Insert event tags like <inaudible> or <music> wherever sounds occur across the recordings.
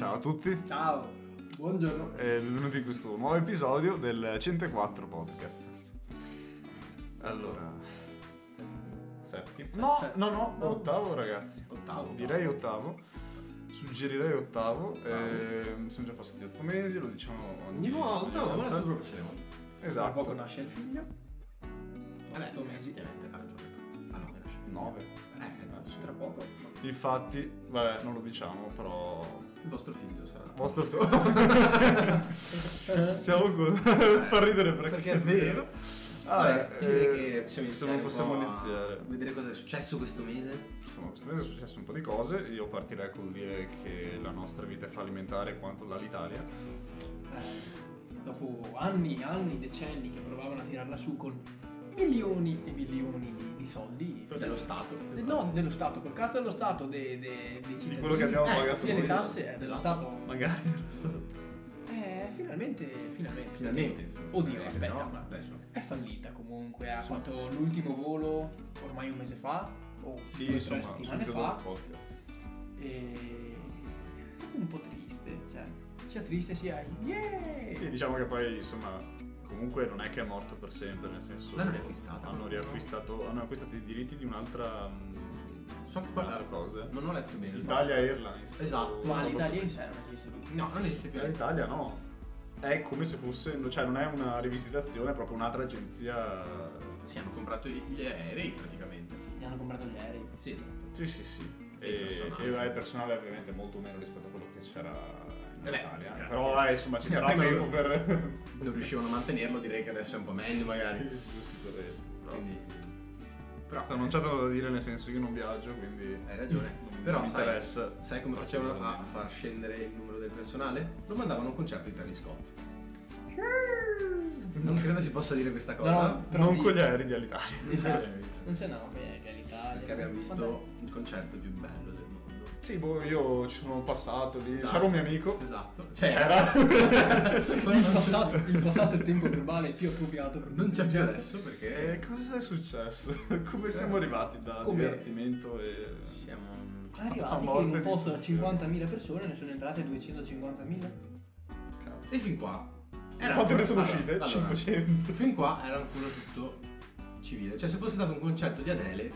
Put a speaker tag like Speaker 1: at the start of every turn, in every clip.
Speaker 1: a tutti
Speaker 2: Ciao.
Speaker 3: Buongiorno.
Speaker 1: e benvenuti in questo nuovo episodio del 104 podcast. Allora, settimo? No,
Speaker 2: se-
Speaker 1: no, no, Eh, ottavo ragazzi.
Speaker 2: Ottavo.
Speaker 1: Direi ottavo. Suggerirei ottavo. ehm, sono già passati otto mesi, lo diciamo ogni
Speaker 4: Ogni volta, ma
Speaker 1: volta.
Speaker 4: adesso proprio ce ne vuole.
Speaker 2: Tra poco
Speaker 1: Esatto.
Speaker 2: nasce il figlio.
Speaker 4: Vabbè,
Speaker 2: Otto mesi.
Speaker 4: effettivamente ha ragione. Ah no, che nasce.
Speaker 1: 9.
Speaker 4: Eh, eh, no,
Speaker 2: Tra poco.
Speaker 1: Infatti, vabbè, non lo diciamo, però eh,
Speaker 4: Il vostro figlio sarà.
Speaker 1: Vostro <laughs>
Speaker 4: <laughs>
Speaker 1: Siamo con <laughs> fa ridere perché,
Speaker 4: Perché è vero.
Speaker 1: Ah,
Speaker 4: Vabbè,
Speaker 1: eh,
Speaker 4: direi che possiamo
Speaker 1: se
Speaker 4: iniziare.
Speaker 1: non
Speaker 4: un
Speaker 1: possiamo
Speaker 4: po' a
Speaker 1: iniziare.
Speaker 4: Vedere cosa è successo questo mese.
Speaker 1: Insomma, questa mese è successo un po' di cose. Io partirei col dire che la nostra vita è fallimentare quanto l'Italia.
Speaker 2: Eh, dopo anni, anni, decenni che provavano a tirarla su con milioni e milioni di, di soldi.
Speaker 1: Esatto.
Speaker 4: Dello Stato.
Speaker 2: Eh, No, dello Stato, col cazzo dello Stato, de- de- dei cittadini.
Speaker 1: quello che abbiamo
Speaker 4: Eh,
Speaker 1: pagato
Speaker 2: Sì, le
Speaker 1: noi.
Speaker 2: tasse eh, dello Stato.
Speaker 1: Magari era stato.
Speaker 2: Eh, finalmente, finalmente.
Speaker 4: Esatto. Finalmente.
Speaker 2: Oddio,
Speaker 4: Finalmente,
Speaker 2: aspetta,
Speaker 4: no,
Speaker 2: ma-
Speaker 4: Adesso.
Speaker 2: È fallita comunque, ha fatto l'ultimo volo ormai un mese fa, o
Speaker 1: Sì,
Speaker 2: due o tre
Speaker 1: insomma,
Speaker 2: settimane
Speaker 1: subito
Speaker 2: fa.
Speaker 1: dopo il podcast.
Speaker 2: E è stato un po' triste, cioè, sia triste sia
Speaker 1: Sì,
Speaker 2: yeah!
Speaker 1: diciamo che poi, insomma, comunque non è che è morto per sempre, nel senso.
Speaker 4: L'hanno riacquistata.
Speaker 1: Hanno riacquistato. Hanno acquistato i diritti di un'altra. mm,
Speaker 4: So che
Speaker 1: un'altra
Speaker 4: quella.
Speaker 1: cosa.
Speaker 4: Non ho letto bene. il
Speaker 1: Italia Airlines.
Speaker 4: Esatto.
Speaker 2: Ma l'Italia in sé non esiste più.
Speaker 4: No, non esiste più.
Speaker 1: Per l'Italia no. È come se fosse, cioè non è una rivisitazione, è proprio un'altra agenzia.
Speaker 4: Sì, hanno comprato i- gli aerei praticamente.
Speaker 2: Mi hanno comprato gli aerei.
Speaker 4: Sì, esatto.
Speaker 1: Sì, sì, sì.
Speaker 4: E il
Speaker 1: E,
Speaker 4: personale.
Speaker 1: e è personale ovviamente molto meno rispetto a quello che c'era in
Speaker 4: Eh beh,
Speaker 1: Italia.
Speaker 4: grazie.
Speaker 1: Però eh, insomma ci
Speaker 4: Eh,
Speaker 1: sarà
Speaker 4: prima
Speaker 1: tempo
Speaker 4: lo- <laughs>
Speaker 1: per...
Speaker 4: Non riuscivano a mantenerlo, direi che adesso è un po' meglio
Speaker 1: Eh,
Speaker 4: magari.
Speaker 1: Sicuramente.
Speaker 4: Quindi. Però.
Speaker 1: Però non c'è tanto da dire nel senso io non viaggio, quindi...
Speaker 4: Hai ragione.
Speaker 1: Non
Speaker 4: Però
Speaker 1: mi
Speaker 4: sai,
Speaker 1: interessa.
Speaker 4: sai come facevano a far scendere il numero del personale? Lo mandavano a un concerto di Travis Scott. Non credo si possa dire questa cosa.
Speaker 2: No. Però
Speaker 1: Non
Speaker 2: di-
Speaker 1: con gli aerei dell'Italia.
Speaker 2: Esatto.
Speaker 4: Eh,
Speaker 2: Non se ne andava bene che l'Italia.
Speaker 4: Perché abbiamo
Speaker 2: <laughs> Vabbè.
Speaker 4: visto il concerto più bello del mondo.
Speaker 1: Sì, boh, io ci sono passato lì,
Speaker 4: Esatto.
Speaker 1: c'era un mio amico.
Speaker 4: Esatto. <laughs>
Speaker 1: C'era.
Speaker 4: Poi
Speaker 2: Il
Speaker 4: non c'è-
Speaker 2: passato, il passato è il tempo verbale più appropriato per
Speaker 4: Non c'è più
Speaker 2: tutti.
Speaker 4: adesso perché
Speaker 1: E Eh, cosa è successo? <laughs> Come siamo arrivati da
Speaker 4: Eh. Come-
Speaker 1: divertimento e...
Speaker 4: siamo...
Speaker 2: Sono Arrivati
Speaker 1: A
Speaker 2: che in
Speaker 1: morte
Speaker 2: un
Speaker 1: di
Speaker 2: posto da
Speaker 1: istruzione.
Speaker 2: 50.000 persone ne sono entrate 250.000.
Speaker 1: Cazzo.
Speaker 4: E fin qua...
Speaker 1: Quante ne sono
Speaker 4: allora,
Speaker 1: uscite?
Speaker 4: allora,
Speaker 1: 500.
Speaker 4: Fin qua era ancora tutto civile. Cioè se fosse stato un concerto di Adele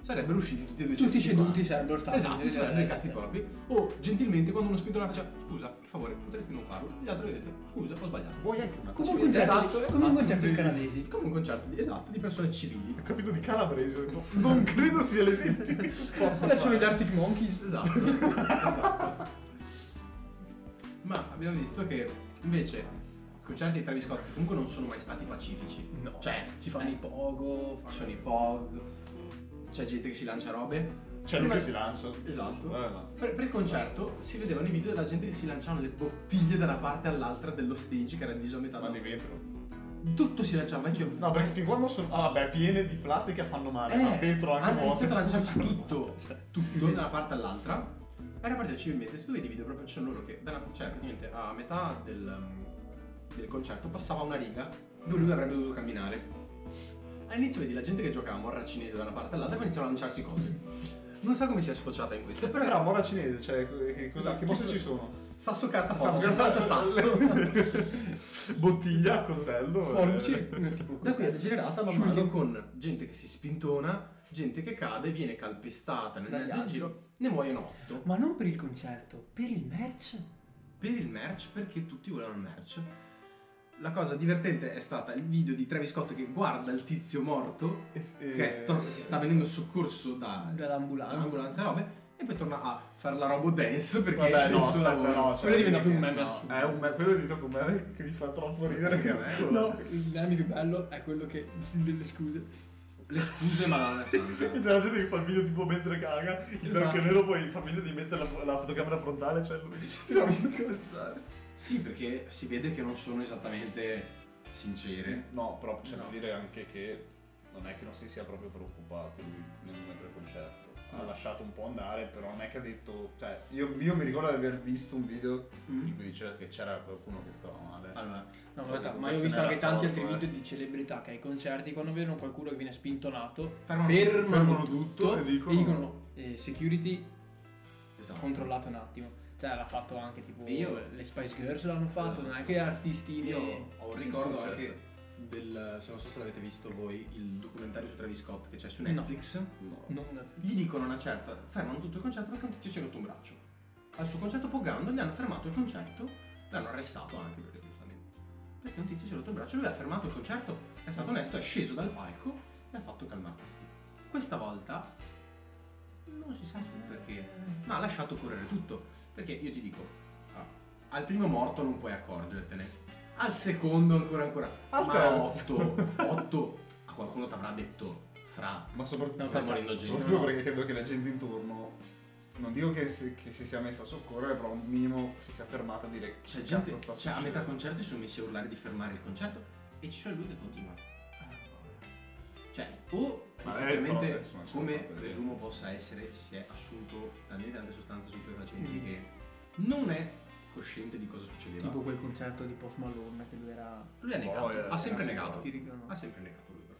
Speaker 4: sarebbero usciti tutti e due
Speaker 2: Tutti seduti sarebbero stati.
Speaker 4: Esatto, si sarebbero
Speaker 2: Esatto.
Speaker 4: recati i corpi. O gentilmente quando uno spinto la faccia, scusa, per favore, potresti non farlo? Gli altri vedete, scusa, ho sbagliato.
Speaker 1: Vuoi anche una
Speaker 2: Comunque un concerto,
Speaker 4: Esatto.
Speaker 2: come un concerto in canadesi.
Speaker 4: Come un concerto di, esatto, di persone civili.
Speaker 1: Ho capito di calabrese, ho detto, non credo sia l'esempio che posso
Speaker 4: Adesso
Speaker 1: fare.
Speaker 4: gli Arctic Monkeys. Esatto.
Speaker 1: <laughs>
Speaker 4: esatto. Ma abbiamo visto che invece i concerti di Travis Scott comunque non sono mai stati pacifici.
Speaker 2: No.
Speaker 4: Cioè,
Speaker 2: <laughs> Ci fanno
Speaker 4: eh,
Speaker 2: i pogo,
Speaker 4: ci
Speaker 2: fanno
Speaker 4: sono i POG, c'è gente che si lancia robe.
Speaker 1: C'è Cioè, lui
Speaker 4: Prima-
Speaker 1: che si lancia.
Speaker 4: Esatto.
Speaker 1: Eh, no.
Speaker 4: Per, per il concerto si vedevano i video della gente che si lanciavano le bottiglie da una parte all'altra dello stage che era diviso a metà.
Speaker 1: Ma
Speaker 4: da-
Speaker 1: di vetro.
Speaker 4: Tutto si lanciava anche io.
Speaker 1: No, perché fin quando sono... Ah, beh, piene di plastica fanno male, ma vetro Ah, anche
Speaker 4: Eh, hanno
Speaker 1: vuoto.
Speaker 4: iniziato a
Speaker 1: <laughs>
Speaker 4: lanciarci tutto,
Speaker 1: Cioè.
Speaker 4: tutto da una parte all'altra. Era partito civilmente, se tu vedi i video proprio ci sono loro che, da una- cioè praticamente a metà del, um, del concerto passava una riga dove lui avrebbe dovuto camminare. All'inizio vedi la gente che giocava a morra cinese da una parte all'altra e poi iniziano a lanciarsi cose. Non so come sia sfociata in questo, però
Speaker 1: Però
Speaker 4: era
Speaker 1: mora cinese, cioè, che, cosa,
Speaker 4: Esatto,
Speaker 1: che posto
Speaker 4: chi-
Speaker 1: ci sono?
Speaker 4: sasso carta
Speaker 1: <laughs>
Speaker 4: forbice, sasso sasso. Esatto.
Speaker 1: Bottiglia, coltello.
Speaker 2: forbici.
Speaker 1: eh.
Speaker 2: tipo-
Speaker 4: Da qui è degenerata man
Speaker 2: Shuriken.
Speaker 4: mano con gente che si spintona, gente che cade, viene calpestata nel
Speaker 2: Dagli
Speaker 4: mezzo del
Speaker 2: altri.
Speaker 4: giro, ne muoiono otto.
Speaker 2: Ma non per il concerto, per il match.
Speaker 4: per il merch perché tutti volevano il merch. La cosa divertente è stata il video di Travis Scott che guarda il tizio morto
Speaker 1: E s- e-
Speaker 4: che, è sto- che sta venendo soccorso da,
Speaker 2: Dall'ambulanza.
Speaker 4: dall'ambulanza e robe e poi torna a fare la robo dance perché
Speaker 1: Vabbè, no,
Speaker 4: nessuno
Speaker 1: aspetta,
Speaker 4: vuole.
Speaker 1: no. cioè,
Speaker 2: Quello è diventato un meme
Speaker 1: no,
Speaker 2: assurdo.
Speaker 1: È un meme, quello è diventato un meme che mi fa troppo ridere.
Speaker 4: Anche a me.
Speaker 2: No, il meme più bello è quello che <laughs> delle scuse.
Speaker 4: Le scuse madonna santa.
Speaker 1: E C'è la gente che fa il video tipo mentre caga, il
Speaker 4: Esatto.
Speaker 1: bianco e nero poi fa il video di mettere la, la fotocamera frontale, cioè <laughs> lui no, mi scherzare.
Speaker 4: Sì, perché si vede che non sono esattamente sincere.
Speaker 1: No, però c'è da
Speaker 4: No.
Speaker 1: dire anche che non è che non si sia proprio preoccupato lui nel momento del concerto. Ha
Speaker 4: No.
Speaker 1: lasciato un po' andare, però non è che ha detto. Cioè, io, io mi ricordo di aver visto un video
Speaker 4: Mm.
Speaker 1: in cui diceva che c'era qualcuno che stava male.
Speaker 4: Allora,
Speaker 2: No, ma,
Speaker 1: Quello
Speaker 2: aspetta,
Speaker 1: che
Speaker 2: ma io ho
Speaker 1: questo
Speaker 2: visto
Speaker 1: ne
Speaker 2: anche
Speaker 1: era
Speaker 2: tanti
Speaker 1: troppo,
Speaker 2: altri
Speaker 1: eh.
Speaker 2: video di celebrità che ai concerti, quando vedono qualcuno che viene spintonato,
Speaker 4: Fermano-
Speaker 2: fermano,
Speaker 1: fermano tutto
Speaker 2: tutto
Speaker 1: e
Speaker 2: e
Speaker 1: dicono-
Speaker 2: dicono, eh, security
Speaker 4: esatto.
Speaker 2: controllato un attimo. Cioè, l'ha fatto anche tipo.
Speaker 4: E io-
Speaker 2: le Spice Girls l'hanno fatto,
Speaker 4: Eh.
Speaker 2: non è che artisti.
Speaker 4: Io
Speaker 2: ne-
Speaker 4: ho un
Speaker 1: Sì,
Speaker 4: ricordo
Speaker 1: sì, certo.
Speaker 4: anche del, se non so se l'avete visto voi, il documentario su Travis Scott che c'è su Netflix.
Speaker 1: No.
Speaker 2: Non.
Speaker 4: Gli dicono una certa, fermano tutto il concerto perché un tizio si è rotto un braccio. Al suo concerto Pogando gli hanno fermato il concerto, l'hanno arrestato anche perché giustamente. Perché un tizio si è rotto il braccio, lui ha fermato il concerto, è stato onesto, è sceso dal palco e ha fatto calmare tutti. Questa volta non si sa più perché, ma ha lasciato correre tutto. Perché io ti dico, ah, al primo morto non puoi accorgertene, al secondo ancora ancora,
Speaker 1: Al
Speaker 4: ma
Speaker 1: terzo.
Speaker 4: otto, otto, a qualcuno ti avrà detto fra
Speaker 1: Ma soprattutto, <laughs>
Speaker 4: No, sta morendo gente.
Speaker 1: soprattutto
Speaker 2: No.
Speaker 1: perché credo che la gente intorno, non dico che si, che si sia messa a soccorrere, però un minimo si sia fermata a dire
Speaker 4: C'è
Speaker 1: "Che
Speaker 4: gente,
Speaker 1: cazzo sta
Speaker 4: cioè, a
Speaker 1: succedendo?"
Speaker 4: metà concerto si sono messi a urlare di fermare il concerto e ci sono lui che continua.
Speaker 1: Eh,
Speaker 4: Cioè, o
Speaker 1: Ma
Speaker 4: effettivamente,
Speaker 1: è proprio, insomma, c'è
Speaker 4: come
Speaker 1: una parte di
Speaker 4: presumo
Speaker 1: gente.
Speaker 4: possa essere, si è assunto talmente tante sostanze stupefacenti
Speaker 2: Mm.
Speaker 4: che non è cosciente di cosa succedeva.
Speaker 2: Tipo quel concerto di Post Malone che lui era.
Speaker 4: lui ha negato,
Speaker 1: Oh, eh,
Speaker 4: ha sempre
Speaker 1: eh, sì,
Speaker 4: negato. Ah,
Speaker 1: no.
Speaker 2: Ti ricordo.
Speaker 4: Ha sempre negato lui però.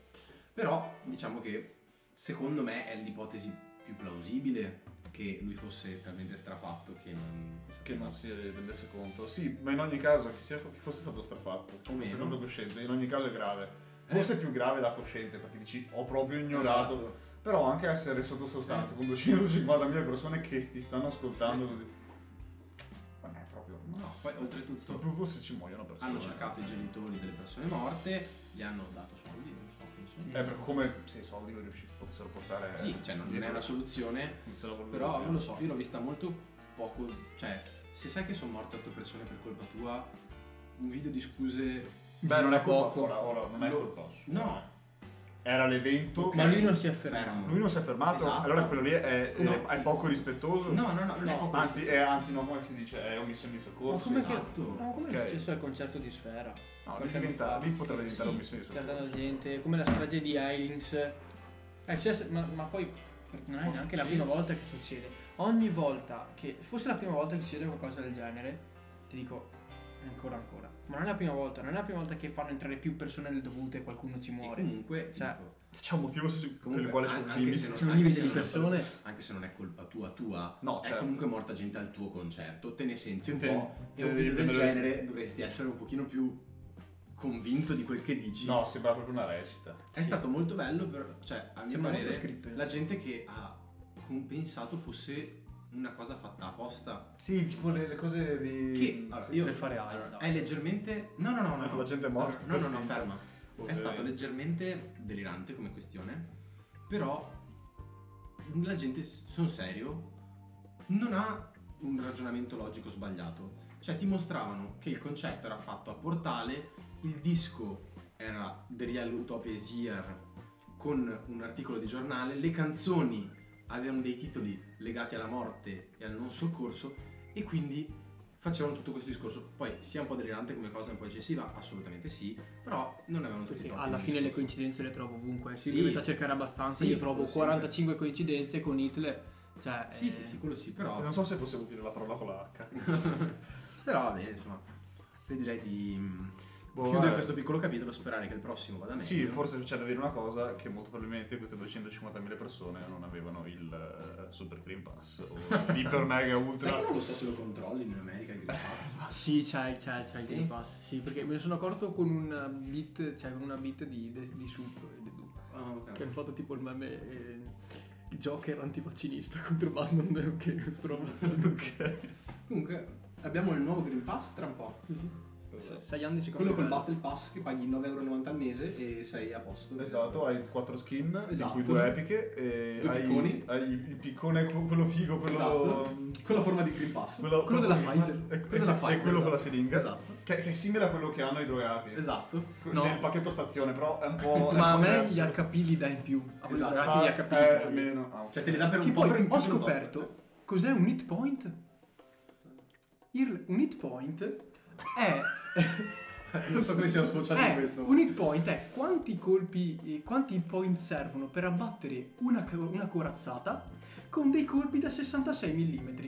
Speaker 4: Però diciamo che secondo me è l'ipotesi più plausibile che lui fosse talmente strafatto che non...
Speaker 1: Che non si rendesse conto. Sì, ma in ogni caso, che, sia- che fosse stato strafatto, che fosse
Speaker 4: meno.
Speaker 1: stato cosciente, in ogni caso è grave. Forse è più grave da cosciente, perché dici ho proprio ignorato.
Speaker 4: Esatto.
Speaker 1: Però anche essere sotto sostanza con 250.000 persone che ti stanno ascoltando così. Non è proprio.
Speaker 4: No, poi oltretutto...
Speaker 1: Soprattutto se ci muoiono persone.
Speaker 4: hanno cercato i genitori delle persone morte, gli hanno dato soldi, non so, penso.
Speaker 1: Eh, per come se i soldi riusci- potessero portare.
Speaker 4: Sì, cioè non è una soluzione,
Speaker 1: soluzione.
Speaker 4: però non lo so, io l'ho vista molto poco, cioè se sai che sono morte 8 persone per colpa tua, un video di scuse...
Speaker 1: Beh, non è colpa
Speaker 2: Poco.
Speaker 1: ora, ora non è
Speaker 4: Lo-
Speaker 1: colpa sua.
Speaker 4: No,
Speaker 1: Era l'evento.
Speaker 2: Ma lui non si è
Speaker 4: fermo.
Speaker 2: fermato.
Speaker 1: Lui non si è fermato,
Speaker 4: Esatto.
Speaker 1: allora quello lì è, è-
Speaker 4: No.
Speaker 1: è poco rispettoso.
Speaker 4: No, no, no, non è
Speaker 2: No,
Speaker 4: poco
Speaker 1: Anzi, è, anzi, no, come si dice, è omissione di
Speaker 2: Ma
Speaker 1: soccorso.
Speaker 2: come
Speaker 4: esatto.
Speaker 2: che. No, come
Speaker 1: Ok.
Speaker 2: è successo al concerto di Sfera?
Speaker 1: No, lì,
Speaker 2: Qualche anno
Speaker 1: diventa,
Speaker 2: fa.
Speaker 1: lì potrebbe diventare
Speaker 2: Sì,
Speaker 1: omissione di
Speaker 2: C'era tanta
Speaker 1: soccorso.
Speaker 2: gente, come la strage di Ailins. È successo, ma, ma poi per- non è
Speaker 4: Ma
Speaker 2: neanche
Speaker 4: succede.
Speaker 2: la prima volta che succede. Ogni volta che. Forse la prima volta che succede qualcosa del genere, ti dico ancora ancora. Ma non è la prima volta, non è la prima volta che fanno entrare più persone nel dovuto e qualcuno ci
Speaker 4: E
Speaker 2: muore.
Speaker 4: comunque,
Speaker 2: Cioè,
Speaker 4: dico,
Speaker 1: C'è un motivo su- per
Speaker 4: comunque,
Speaker 1: il quale c'è
Speaker 4: an-
Speaker 1: un
Speaker 4: anche
Speaker 1: limite.
Speaker 4: se non,
Speaker 2: C'è un
Speaker 4: anche
Speaker 2: limite
Speaker 4: se
Speaker 2: di
Speaker 4: non è-
Speaker 2: persone.
Speaker 4: anche se non è colpa tua, tua,
Speaker 1: No,
Speaker 4: è
Speaker 1: certo.
Speaker 4: comunque morta gente al tuo concerto, te ne senti un
Speaker 1: Te-
Speaker 4: po'.
Speaker 1: te-
Speaker 4: e un
Speaker 1: te-
Speaker 4: video del
Speaker 1: te-
Speaker 4: genere dovresti essere un pochino più convinto di quel che dici.
Speaker 1: No, sembra proprio una recita.
Speaker 4: È stato molto bello, però, cioè, a mio
Speaker 2: Sembra molto
Speaker 4: parere,
Speaker 2: scritto, in
Speaker 4: la
Speaker 2: realtà.
Speaker 4: gente che ha compensato fosse una cosa fatta apposta.
Speaker 1: Sì, tipo le, le cose di.
Speaker 4: Che allora, io
Speaker 2: per fare
Speaker 4: allora,
Speaker 2: altro.
Speaker 4: è leggermente. No, no, no, no. no.
Speaker 1: La gente è morta,
Speaker 4: No, no, no,
Speaker 1: perfetto.
Speaker 4: ferma.
Speaker 1: Ok.
Speaker 4: È stato leggermente delirante come questione. Però la gente, sono serio, non ha un ragionamento logico sbagliato. Cioè, ti mostravano che il concerto era fatto a portale, il disco era The Real Utopia is Here con un articolo di giornale, le canzoni avevano dei titoli legati alla morte e al non soccorso e quindi facevano tutto questo discorso. Poi sia un po' delirante come cosa, un po' eccessiva, assolutamente sì, però non avevano tutti i
Speaker 2: Perché
Speaker 4: troppi
Speaker 2: alla fine le
Speaker 4: discorsi.
Speaker 2: coincidenze le trovo ovunque. Si
Speaker 4: Sì.
Speaker 2: diventa a cercare abbastanza.
Speaker 4: Sì,
Speaker 2: Io trovo
Speaker 4: quello sì.
Speaker 2: 45 coincidenze con Hitler. Cioè,
Speaker 4: Sì,
Speaker 2: eh,
Speaker 4: sì, sì, quello sì, però...
Speaker 1: Non so se possiamo dire la parola con la
Speaker 4: <laughs>
Speaker 1: H. Boh,
Speaker 4: Però va bene, insomma. Io direi di mm,
Speaker 1: Boh,
Speaker 4: chiudere
Speaker 1: guarda.
Speaker 4: questo piccolo capitolo, sperare che il prossimo vada meglio.
Speaker 1: Sì, forse c'è da dire una cosa, che molto probabilmente queste 250.000 persone non avevano il eh, Super Green Pass o
Speaker 4: <laughs>
Speaker 1: l'Iper Mega
Speaker 4: Sai che
Speaker 1: Ultra.
Speaker 4: non lo so se lo controlli in America il Green
Speaker 2: <laughs>
Speaker 4: Pass.
Speaker 2: Sì, c'è, c'è, c'è il
Speaker 4: Sì?
Speaker 2: Game Pass. Sì, perché me ne sono accorto con una beat, cioè con una beat di, di, di Sup, di Duke,
Speaker 4: Ah, ok.
Speaker 2: che hanno fatto tipo il meme eh, Joker antivaccinista <laughs> contro Batman che
Speaker 4: <laughs>
Speaker 2: provocano.
Speaker 4: Comunque, abbiamo il nuovo Green Pass tra un po'.
Speaker 2: Sei anni secondo
Speaker 4: Quello
Speaker 2: me.
Speaker 4: col Battle Pass che paghi 9,90€ al mese e sei a posto.
Speaker 1: Esatto, hai quattro skin,
Speaker 4: Esatto.
Speaker 1: di cui due epiche, e
Speaker 4: Due
Speaker 1: hai,
Speaker 4: picconi.
Speaker 1: hai il piccone, quello quello figo, quello... ehm,
Speaker 4: Esatto. Con la forma di Green Pass.
Speaker 1: Quello,
Speaker 2: Quello della
Speaker 1: che-
Speaker 2: Pfizer.
Speaker 1: E,
Speaker 4: Quello
Speaker 1: <laughs>
Speaker 4: della
Speaker 1: e- e
Speaker 4: Pfizer,
Speaker 1: quello con la
Speaker 4: esatto.
Speaker 1: siringa.
Speaker 4: Esatto.
Speaker 1: Che, che è simile a quello che hanno i drogati.
Speaker 4: Esatto.
Speaker 2: No.
Speaker 1: Nel pacchetto stazione, però è un
Speaker 2: <laughs>
Speaker 1: po'...
Speaker 2: Ma a me
Speaker 1: diverso.
Speaker 2: gli HP li dà in più. A quelli
Speaker 4: Esatto.
Speaker 2: drogati
Speaker 1: Ah,
Speaker 2: gli HP li
Speaker 1: eh,
Speaker 2: togli.
Speaker 1: meno. Ah, ok.
Speaker 4: Cioè, te li dà per un
Speaker 2: Che
Speaker 4: po' per
Speaker 2: poi
Speaker 4: un po'
Speaker 2: ho scoperto cos'è un hit point. Il- un hit point è...
Speaker 4: <laughs> Non so come siamo sfociati in
Speaker 2: è-
Speaker 4: questo.
Speaker 2: Un hit point è quanti colpi, eh, quanti hit point servono per abbattere una, co- una corazzata con dei colpi da 66 mm.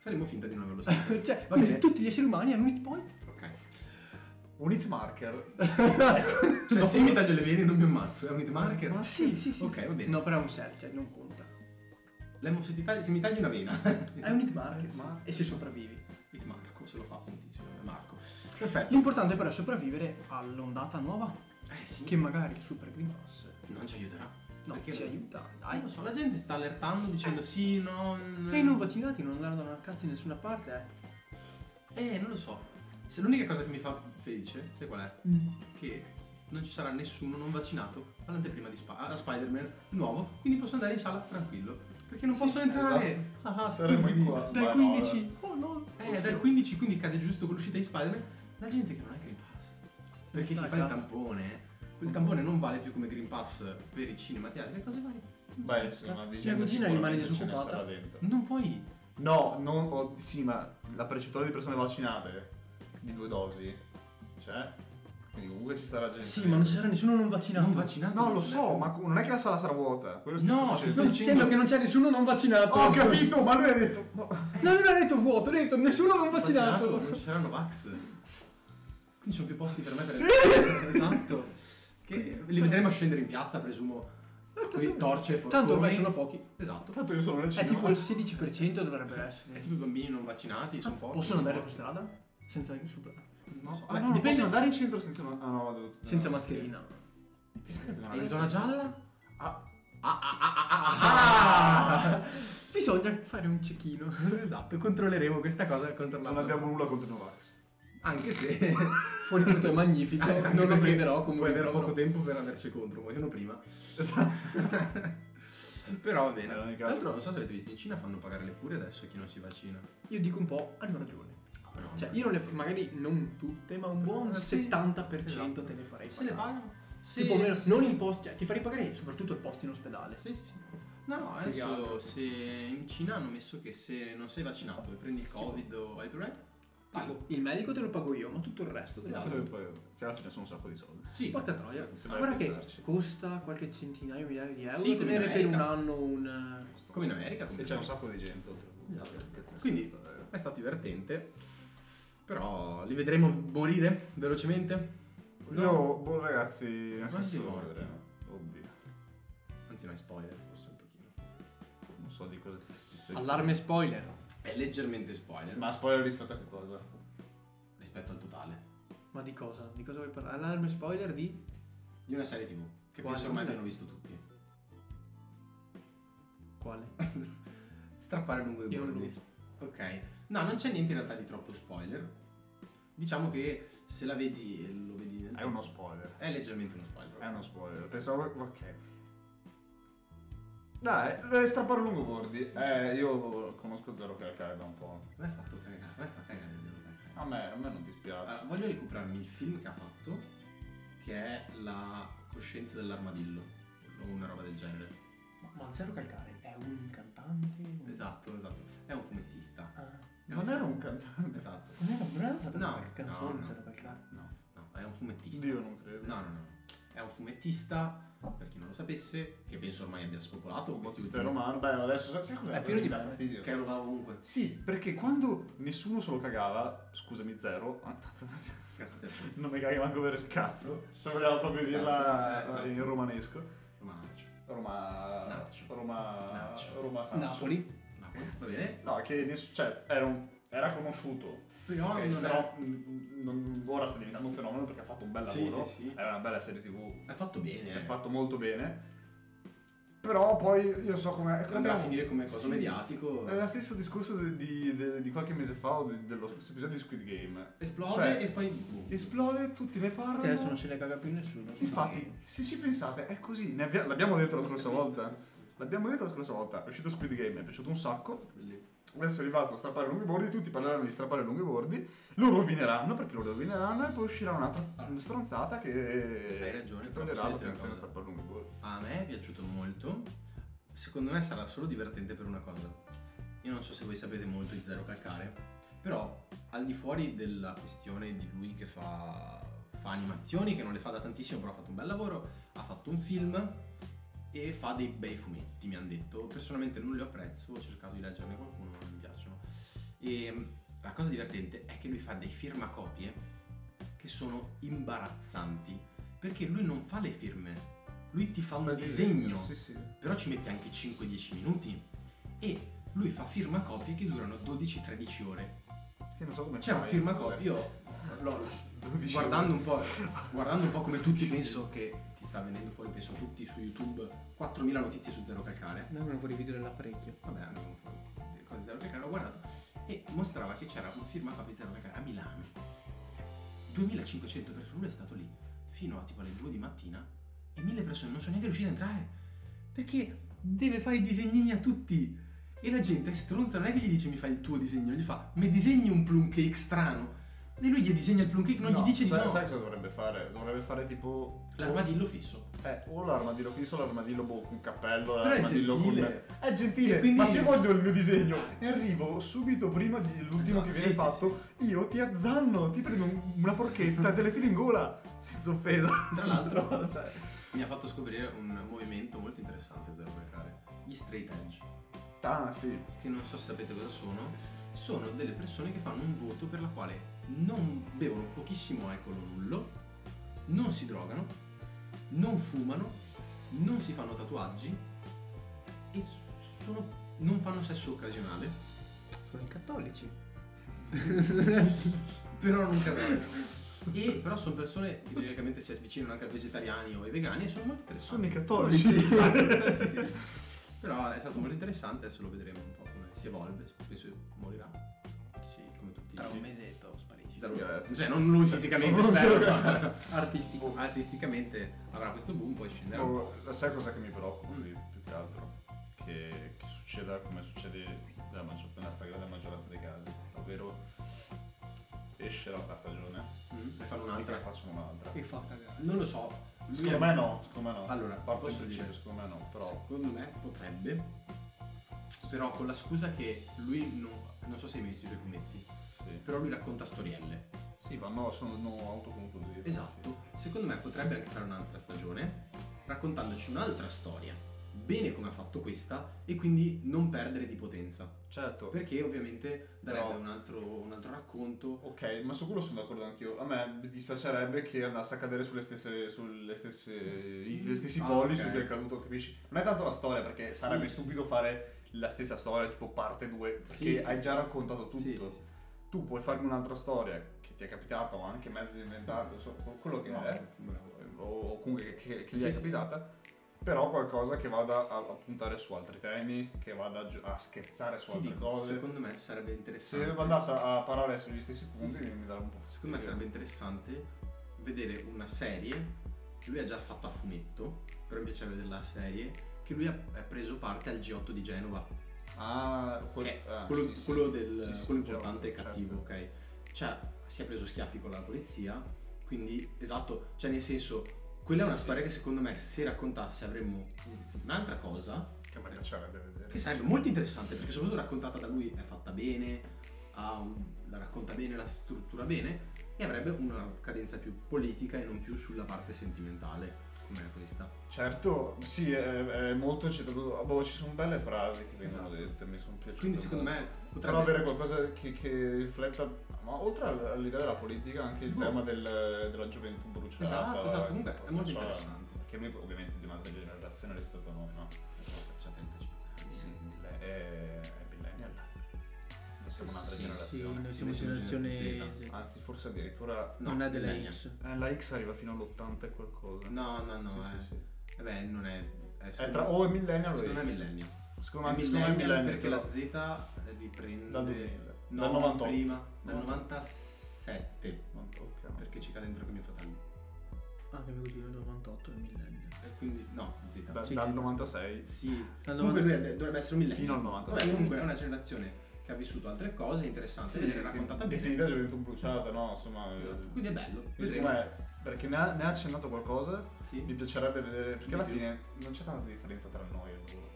Speaker 4: Faremo finta di non averlo scoperto.
Speaker 2: <laughs> cioè,
Speaker 4: Va
Speaker 2: quindi
Speaker 4: bene.
Speaker 2: tutti gli esseri umani hanno un hit
Speaker 4: <laughs>
Speaker 2: point.
Speaker 4: ok.
Speaker 1: Un hit marker.
Speaker 4: Cioè, se io mi taglio le vene non mi ammazzo, è un hit marker.
Speaker 2: Ma Ecco. sì, sì, sì.
Speaker 4: Ok,
Speaker 2: sì.
Speaker 4: va bene.
Speaker 2: No, però è un self, cioè non conta.
Speaker 4: Lemmo, se, ti tagli- se mi tagli una vena. <laughs>
Speaker 2: È un hitmark
Speaker 1: Hitmark.
Speaker 2: e se sopravvivi.
Speaker 4: It Marco, se lo fa un tizio, Marco. Perfetto.
Speaker 2: L'importante però è sopravvivere all'ondata nuova,
Speaker 4: Eh sì.
Speaker 2: che magari il Super Green Pass
Speaker 4: non ci aiuterà.
Speaker 2: no,
Speaker 4: Perché
Speaker 2: ci
Speaker 4: non-
Speaker 2: aiuta,
Speaker 4: Dai,
Speaker 2: dai.
Speaker 4: lo so, la gente sta allertando
Speaker 2: Eh.
Speaker 4: dicendo sì, non...
Speaker 2: E i non vaccinati non andranno da una cazzo in nessuna parte,
Speaker 4: Eh, non lo so. Se l'unica cosa che mi fa felice, sai qual è?
Speaker 2: eh.
Speaker 4: Che non ci sarà nessuno non vaccinato all'anteprima di Sp- a Spider-Man nuovo, quindi posso andare in sala tranquillo. Perché non possono entrare. Ah, ah,
Speaker 1: esatto. Saremo
Speaker 4: stupidi.
Speaker 1: in qua.
Speaker 2: Dal
Speaker 1: Ma no,
Speaker 2: 15. Oh no.
Speaker 4: Eh, dal 15 quindi cade giusto con l'uscita di Spider-Man. La gente che non ha il Green Pass. Perché si
Speaker 2: sta a
Speaker 4: fa il
Speaker 2: casa.
Speaker 4: tampone. eh. Quel tampone non vale più come Green Pass per i cinema, teatri e cose varie.
Speaker 1: Beh, insomma,
Speaker 2: Mia
Speaker 1: dicendo
Speaker 2: cugina rimane
Speaker 1: sicuramente ce ne
Speaker 2: disoccupata.
Speaker 1: sarà dentro.
Speaker 4: Non puoi.
Speaker 1: No, non, oh, sì, ma la percentuale di persone vaccinate di due dosi c'è. Quindi comunque ci sarà gente.
Speaker 2: Sì, ma non ci sarà nessuno non vaccinato.
Speaker 4: Non vaccinato.
Speaker 1: No, lo
Speaker 4: non c'è.
Speaker 1: so, ma co- non è che la sala sarà vuota. Quello sto
Speaker 4: No,
Speaker 1: facendo.
Speaker 4: sto
Speaker 2: Sto dicendo che non c'è nessuno non vaccinato.
Speaker 1: Ho capito, ma lui ha detto. no.
Speaker 2: No, non ha detto vuoto, ha detto nessuno non vaccinato.
Speaker 4: Non ci saranno Vax. Quindi ci sono più posti per me.
Speaker 1: Sì!
Speaker 4: Per... esatto. Che li vedremo scendere in piazza, presumo. Con le torce e forconi.
Speaker 2: Ah, Tanto ormai sono pochi.
Speaker 4: Esatto.
Speaker 1: Tanto io sono nel
Speaker 2: È
Speaker 1: cinema.
Speaker 2: tipo il 16% dovrebbe
Speaker 4: È
Speaker 2: essere.
Speaker 4: tipo i bambini non vaccinati, sono pochi.
Speaker 2: Ah, Possono andare per
Speaker 4: pochi.
Speaker 2: strada? Senza il super-
Speaker 4: Non so.
Speaker 1: Ah,
Speaker 4: Beh,
Speaker 1: no, non
Speaker 4: dipende.
Speaker 1: posso andare in centro senza. ma- Ah, no, vado.
Speaker 2: Senza
Speaker 1: no,
Speaker 2: mascherina.
Speaker 1: Chissà che devono
Speaker 4: E in
Speaker 1: avere-
Speaker 4: zona gialla?
Speaker 1: Ah,
Speaker 4: Ah ah ah ah ah, ah, ah.
Speaker 2: <laughs> Bisogna fare un cecchino.
Speaker 4: Esatto, controlleremo questa cosa controllando.
Speaker 1: non abbiamo nulla contro i Novax. <laughs>
Speaker 2: <laughs>
Speaker 4: Anche se.
Speaker 2: Fuori
Speaker 4: <laughs>
Speaker 2: tutto è magnifico.
Speaker 4: Anche
Speaker 2: non lo
Speaker 4: perché
Speaker 2: prenderò comunque.
Speaker 4: Puoi avere
Speaker 2: però.
Speaker 4: poco tempo per andarci contro, muoiono prima.
Speaker 1: Esatto.
Speaker 4: Però va
Speaker 1: Eh, in ogni
Speaker 4: bene. Tra
Speaker 1: caso-
Speaker 4: l'altro, non so se avete visto, in Cina fanno pagare le cure adesso a chi non si vaccina.
Speaker 2: Io dico un po', hanno ragione.
Speaker 4: No,
Speaker 2: Cioè, io non le magari non tutte, ma un buon
Speaker 4: Sì.
Speaker 2: 70% te le farei.
Speaker 4: Esatto. se le
Speaker 2: pagare.
Speaker 4: pagano? Sì,
Speaker 2: Tipo, almeno-
Speaker 4: sì, sì,
Speaker 2: non
Speaker 4: sì.
Speaker 2: il posto, cioè, ti farei pagare soprattutto il posto in ospedale.
Speaker 4: Sì, sì, sì. No, no,
Speaker 2: Più che altro.
Speaker 4: adesso se in Cina hanno messo che se non sei vaccinato e prendi il covid o hai problemi, paghi.
Speaker 2: Tipo, il medico te lo pago io, ma tutto il resto te lo
Speaker 4: Esatto.
Speaker 2: pago.
Speaker 1: Solo che poi- Che alla fine sono un sacco di soldi.
Speaker 4: Sì,
Speaker 2: Porca troia.
Speaker 1: Se vai a
Speaker 2: Guarda che
Speaker 1: pensarci.
Speaker 2: costa qualche centinaio, migliaio di euro
Speaker 4: Sì, come in
Speaker 2: tenere per un
Speaker 4: America.
Speaker 2: anno un... eh,
Speaker 4: come in America.
Speaker 1: E
Speaker 4: comunque.
Speaker 1: c'è un sacco di gente oltretutto.
Speaker 4: Esatto. Quindi è stato divertente, però li vedremo morire velocemente.
Speaker 1: Io, boh, ragazzi, nel
Speaker 4: Quanti
Speaker 1: senso,
Speaker 4: morti?
Speaker 1: vedremo. Oddio.
Speaker 4: Anzi, no, è spoiler, forse un pochino.
Speaker 1: Non so di cosa ti stai
Speaker 2: Allarme spoiler.
Speaker 4: È leggermente spoiler
Speaker 1: Ma spoiler rispetto a che cosa?
Speaker 4: rispetto al totale
Speaker 2: Ma di cosa? Di cosa vuoi parlare? Allarme spoiler di...
Speaker 4: di una serie TV che
Speaker 2: Quale?
Speaker 4: penso ormai abbiano visto tutti.
Speaker 2: Quale?
Speaker 4: Strappare lungo i
Speaker 2: Io non l'ho
Speaker 4: bordi.
Speaker 2: visto.
Speaker 4: Ok. No, non c'è niente in realtà di troppo spoiler. Diciamo che se la vedi e lo vedi nel
Speaker 1: È uno spoiler.
Speaker 4: è leggermente uno spoiler.
Speaker 1: È uno Ah, spoiler. Pensavo. Ok. Dai, strappare lungobordi. Eh, io conosco Zero Calcare da un po'.
Speaker 4: A me ha fatto cagare, a me fa cagare Zero Calcare.
Speaker 1: A me, a me non dispiace.
Speaker 4: Allora, voglio recuperarmi il film che ha fatto, che è La coscienza dell'armadillo, o una roba del genere.
Speaker 2: Ma, ma Zero Calcare è un cantante? Un-
Speaker 4: Esatto, esatto. È un fumettista.
Speaker 2: Ah,
Speaker 1: Mm. non era un cantante.
Speaker 4: Esatto.
Speaker 2: non era, non era stata
Speaker 4: No,
Speaker 2: una canzone
Speaker 4: no, no.
Speaker 2: Zero Calcare.
Speaker 1: No.
Speaker 4: No, è un fumettista.
Speaker 1: Dio non credo.
Speaker 4: No, no, no. È un fumettista, per chi non lo sapesse, che penso ormai abbia spopolato.
Speaker 1: Tu,
Speaker 4: questi
Speaker 1: questo è
Speaker 4: ultimi-
Speaker 1: romano. Beh, adesso sai cos'è?
Speaker 2: È pieno di
Speaker 1: Mi dà
Speaker 2: meme.
Speaker 1: fastidio.
Speaker 4: Che lo va ovunque.
Speaker 1: Sì, perché quando nessuno se lo cagava, scusami, zero, <laughs> ma tanto
Speaker 4: Cazzo te lo
Speaker 1: non mi caghi manco per il cazzo, se vogliamo proprio dirla
Speaker 4: Esatto, eh,
Speaker 1: in
Speaker 4: esatto.
Speaker 1: romanesco.
Speaker 4: Romanaccio.
Speaker 1: Roma...
Speaker 4: Naccio.
Speaker 1: Roma...
Speaker 4: Naccio.
Speaker 1: Roma Sancio.
Speaker 2: Napoli.
Speaker 4: Napoli, va bene?
Speaker 1: No, che ness- cioè, era, un- era conosciuto,
Speaker 4: Però
Speaker 1: ok,
Speaker 4: non
Speaker 1: però
Speaker 4: era...
Speaker 1: mm, non- ora sta diventando un fenomeno perché ha fatto un bel
Speaker 4: Sì,
Speaker 1: lavoro,
Speaker 4: sì, sì.
Speaker 1: era una bella serie tv,
Speaker 4: È fatto bene.
Speaker 1: è
Speaker 4: eh.
Speaker 1: fatto molto bene, però poi io so come... ecco,
Speaker 4: Andrà a finire come coso
Speaker 1: Sì. Eh,
Speaker 4: mediatico.
Speaker 1: È lo stesso discorso di, di- di- di qualche mese fa o di- dello stesso episodio di Squid Game.
Speaker 4: Esplode
Speaker 1: Cioè,
Speaker 4: e poi... boom.
Speaker 1: Esplode, tutti ne parlano.
Speaker 2: Che Cioè, adesso non se ne caga più nessuno.
Speaker 1: Infatti, se ci pensate, è così. Ne abbia- l'abbiamo detto la scorsa volta. L'abbiamo detto la scorsa volta. È uscito Squid Game, mi è piaciuto un sacco.
Speaker 4: Lì.
Speaker 1: Adesso è arrivato a strappare lunghi bordi. Tutti parleranno di strappare lunghi bordi. Lo rovineranno perché lo rovineranno. E poi uscirà un'altra stronzata che.
Speaker 4: Ah. Hai ragione,
Speaker 1: Che trollerà
Speaker 4: però
Speaker 1: la
Speaker 4: sai
Speaker 1: tendenza
Speaker 4: una
Speaker 1: di
Speaker 4: cosa.
Speaker 1: strappare lunghi bordi.
Speaker 4: A me è piaciuto molto. Secondo me sarà solo divertente per una cosa. Io non so se voi sapete molto di Zero Calcare, però al di fuori della questione di lui che fa, fa animazioni, che non le fa da tantissimo, però ha fatto un bel lavoro, ha fatto un film e fa dei bei fumetti, mi hanno detto. Personalmente non li apprezzo, ho cercato di leggerne qualcuno, ma non mi piacciono. E la cosa divertente è che lui fa dei firmacopie che sono imbarazzanti, perché lui non fa le firme, lui ti fa un
Speaker 1: Fa il
Speaker 4: disegno
Speaker 1: Cioè, Sì, sì.
Speaker 4: però ci mette anche 5-10 minuti e lui fa firmacopie che durano 12-13 ore.
Speaker 1: Che non so come
Speaker 4: C'è un
Speaker 1: fai.
Speaker 4: firmacopie, io <laughs> l'ho, guardando un po', guardando un po' come tutti penso che ti sta venendo fuori, penso tutti su YouTube, 4000 notizie su Zero Calcare.
Speaker 2: Noi abbiamo fuori i video dell'apparecchio.
Speaker 4: Vabbè, andavamo fuori delle cose Zero Calcare, l'ho guardato e mostrava che c'era un firmacopie di Zero Calcare a Milano. 2500 persone, lui è stato lì fino a tipo alle 2 di mattina e mille persone non sono neanche riuscite ad entrare perché deve fare i disegnini a tutti. E la gente è stronza, non è che gli dice mi fai il tuo disegno, gli fa mi disegni un plum cake strano. E lui gli disegna il plum cake, non
Speaker 1: No,
Speaker 4: gli dice di
Speaker 1: sai,
Speaker 4: no.
Speaker 1: Sai cosa dovrebbe fare? Dovrebbe fare tipo...
Speaker 4: L'armadillo fisso.
Speaker 1: Eh, o l'armadillo fisso, l'armadillo boh, con cappello,
Speaker 4: Però è
Speaker 1: l'armadillo con...
Speaker 4: gentile.
Speaker 1: È gentile,
Speaker 4: E quindi- Ah.
Speaker 1: ma se voglio il mio disegno e arrivo subito prima dell'ultimo
Speaker 4: Esatto,
Speaker 1: che
Speaker 4: sì,
Speaker 1: viene
Speaker 4: sì,
Speaker 1: fatto, io ti azzanno, ti prendo un- una forchetta e te le filo in gola, senza offesa.
Speaker 4: Tra
Speaker 1: <laughs>
Speaker 4: l'altro-
Speaker 1: Cioè,
Speaker 4: Mi ha fatto scoprire un movimento molto interessante da cercare. Gli straight edge,
Speaker 1: ah, sì.
Speaker 4: che non so se sapete cosa sono, sono delle persone che fanno un voto per la quale non bevono pochissimo alcol o nullo, non si drogano, non fumano, non si fanno tatuaggi e sono- non fanno sesso occasionale.
Speaker 2: Sono i cattolici.
Speaker 4: però non carne. E però sono persone che genericamente si avvicinano anche a vegetariani o ai vegani e sono molto interessanti.
Speaker 1: Sono i cattolici.
Speaker 4: Sì, sì, sì, sì. Però è stato molto interessante, adesso lo vedremo un po' come si evolve, penso che morirà. Sì, come tutti. i-
Speaker 2: mesetto sparisci.
Speaker 4: da-
Speaker 1: Sì, ragazzi.
Speaker 4: Cioè, non lui fisicamente,
Speaker 1: Non
Speaker 4: spero,
Speaker 1: so.
Speaker 4: ma
Speaker 2: Artistico.
Speaker 4: artisticamente avrà questo boom, poi scenderà.
Speaker 1: Oh, la sai cosa che mi preoccupa di
Speaker 4: Mm.
Speaker 1: più che altro? Che, che succeda come succede nella, maggior- nella stragrande maggioranza dei casi, ovvero esce la, la stagione
Speaker 4: Mm, ne fanno
Speaker 1: e che ne
Speaker 4: un'altra.
Speaker 1: facciano un'altra.
Speaker 2: E fa cagare.
Speaker 4: Non lo so. lui
Speaker 1: Secondo
Speaker 4: è-
Speaker 1: me no, secondo me no.
Speaker 4: Allora,
Speaker 1: Parto in
Speaker 4: posso
Speaker 1: principio,
Speaker 4: dire,
Speaker 1: secondo me no, però...
Speaker 4: Secondo me potrebbe, però con la scusa che lui non, non so se hai visto i suoi fumetti,
Speaker 1: Sì,
Speaker 4: però lui racconta storielle.
Speaker 1: sì vanno, sono autoconclusivi.
Speaker 4: Esatto, secondo me potrebbe anche fare un'altra stagione raccontandoci un'altra storia, bene come ha fatto questa e quindi non perdere di potenza,
Speaker 1: Certo.
Speaker 4: perché ovviamente darebbe
Speaker 1: No.
Speaker 4: un, altro, un altro racconto.
Speaker 1: Ok, ma su quello sono d'accordo anch'io. A me dispiacerebbe che andasse a cadere sulle stesse, sulle stesse, i- gli stessi
Speaker 4: Ah,
Speaker 1: polli
Speaker 4: ok.
Speaker 1: su cui è caduto, capisci? Non è tanto la storia, perché
Speaker 4: Sì.
Speaker 1: sarebbe stupido fare la stessa storia, tipo parte 2, perché
Speaker 4: Sì, sì,
Speaker 1: hai
Speaker 4: sì.
Speaker 1: già raccontato tutto.
Speaker 4: Sì, sì, sì.
Speaker 1: Tu puoi farmi un'altra storia che ti è capitata o anche mezzo inventata, insomma, quello che
Speaker 4: No,
Speaker 1: è,
Speaker 4: bravo.
Speaker 1: o, o comunque che, che gli
Speaker 4: Sì,
Speaker 1: è
Speaker 4: sì,
Speaker 1: capitata, però qualcosa che vada a, a puntare su altri temi, che vada a, gio- a scherzare su
Speaker 4: Ti
Speaker 1: altre
Speaker 4: dico,
Speaker 1: cose.
Speaker 4: secondo me sarebbe
Speaker 1: Se
Speaker 4: interessante.
Speaker 1: andasse a parlare sugli stessi punti mi darebbe un po' fastidio.
Speaker 4: Secondo me sarebbe interessante vedere una serie che lui ha già fatto a fumetto, però mi piacerebbe vedere la serie che lui ha ha preso parte al G8 di Genova,
Speaker 1: Ah, quel-
Speaker 4: che è
Speaker 1: ah,
Speaker 4: Eh, quello,
Speaker 1: sì, sì.
Speaker 4: quello del,
Speaker 1: Sì, sì,
Speaker 4: quello
Speaker 1: certo,
Speaker 4: importante e
Speaker 1: certo.
Speaker 4: cattivo, ok? Cioè, si è preso schiaffi con la polizia, quindi esatto, cioè nel senso, quella è una
Speaker 1: Sì. Mm.
Speaker 4: storia che secondo me se raccontasse avremmo un'altra cosa,
Speaker 1: Che mi piacerebbe vedere.
Speaker 4: Eh. che sarebbe molto interessante perché soprattutto raccontata da lui è fatta bene, ha un- la racconta bene, la struttura bene e avrebbe una cadenza più politica e non più sulla parte sentimentale come è questa.
Speaker 1: Certo, sì, è, è molto citato. Boh, ci sono belle frasi che vengono
Speaker 4: Esatto.
Speaker 1: dette, mi sono piaciute.
Speaker 4: Quindi secondo me
Speaker 1: Potrà
Speaker 4: potrebbe
Speaker 1: avere qualcosa che, che rifletta, ma oltre all- all'idea della politica, anche il
Speaker 4: Boh.
Speaker 1: tema del- della gioventù bruciata.
Speaker 4: Esatto, esatto, comunque è
Speaker 1: non
Speaker 4: molto
Speaker 1: so,
Speaker 4: interessante.
Speaker 1: Perché lui ovviamente è di un'altra generazione rispetto a noi, no?
Speaker 4: C'ha 35 anni, sì.
Speaker 1: È, è millennial. Noi siamo un'altra
Speaker 4: Sì,
Speaker 2: Sì,
Speaker 1: generazione.
Speaker 2: noi
Speaker 4: sì,
Speaker 2: siamo
Speaker 4: noi siamo
Speaker 2: generazione
Speaker 4: generazione
Speaker 2: Z.
Speaker 1: Anzi, forse addirittura
Speaker 4: No,
Speaker 2: Non è della
Speaker 4: millennial.
Speaker 2: X.
Speaker 1: eh, la X arriva fino all'80 e qualcosa.
Speaker 4: No, no, no,
Speaker 1: Sì,
Speaker 4: eh.
Speaker 1: sì, sì.
Speaker 4: Eh beh, non è... è
Speaker 1: È
Speaker 4: secondo-
Speaker 1: tra, o è millennial o
Speaker 4: Secondo me
Speaker 1: X.
Speaker 4: è millennial.
Speaker 1: Secondo me secondo me
Speaker 4: È
Speaker 1: è
Speaker 4: millennial
Speaker 1: millennial
Speaker 4: perché
Speaker 1: però.
Speaker 4: la Z riprende...
Speaker 1: Dal 2000.
Speaker 4: No,
Speaker 1: dal 98.
Speaker 4: prima, dal
Speaker 1: No.
Speaker 4: 97,
Speaker 1: Non tocca.
Speaker 4: perché ci cade dentro anche mio fratello.
Speaker 2: Ah, che avevo detto 98 e millennio.
Speaker 4: E quindi, no, Z.
Speaker 1: Da-
Speaker 2: Sì,
Speaker 1: dal
Speaker 2: sì.
Speaker 1: 96
Speaker 4: Sì,
Speaker 2: Dal
Speaker 4: comunque lui
Speaker 2: 90.
Speaker 4: è- dovrebbe essere un millennio.
Speaker 1: fino al
Speaker 4: Vabbè,
Speaker 1: 96.
Speaker 4: comunque è una generazione che ha vissuto altre cose interessanti, vedere raccontata
Speaker 1: Definita
Speaker 4: bene.
Speaker 1: gioventù bruciata, no? Insomma. eh,
Speaker 4: Esatto, Quindi è bello,
Speaker 1: secondo
Speaker 4: vedremo.
Speaker 1: me- perché ne ha, ne ha accennato qualcosa.
Speaker 4: Sì.
Speaker 1: Mi piacerebbe vedere. Perché alla
Speaker 4: Di più.
Speaker 1: fine non c'è tanta differenza tra noi e loro.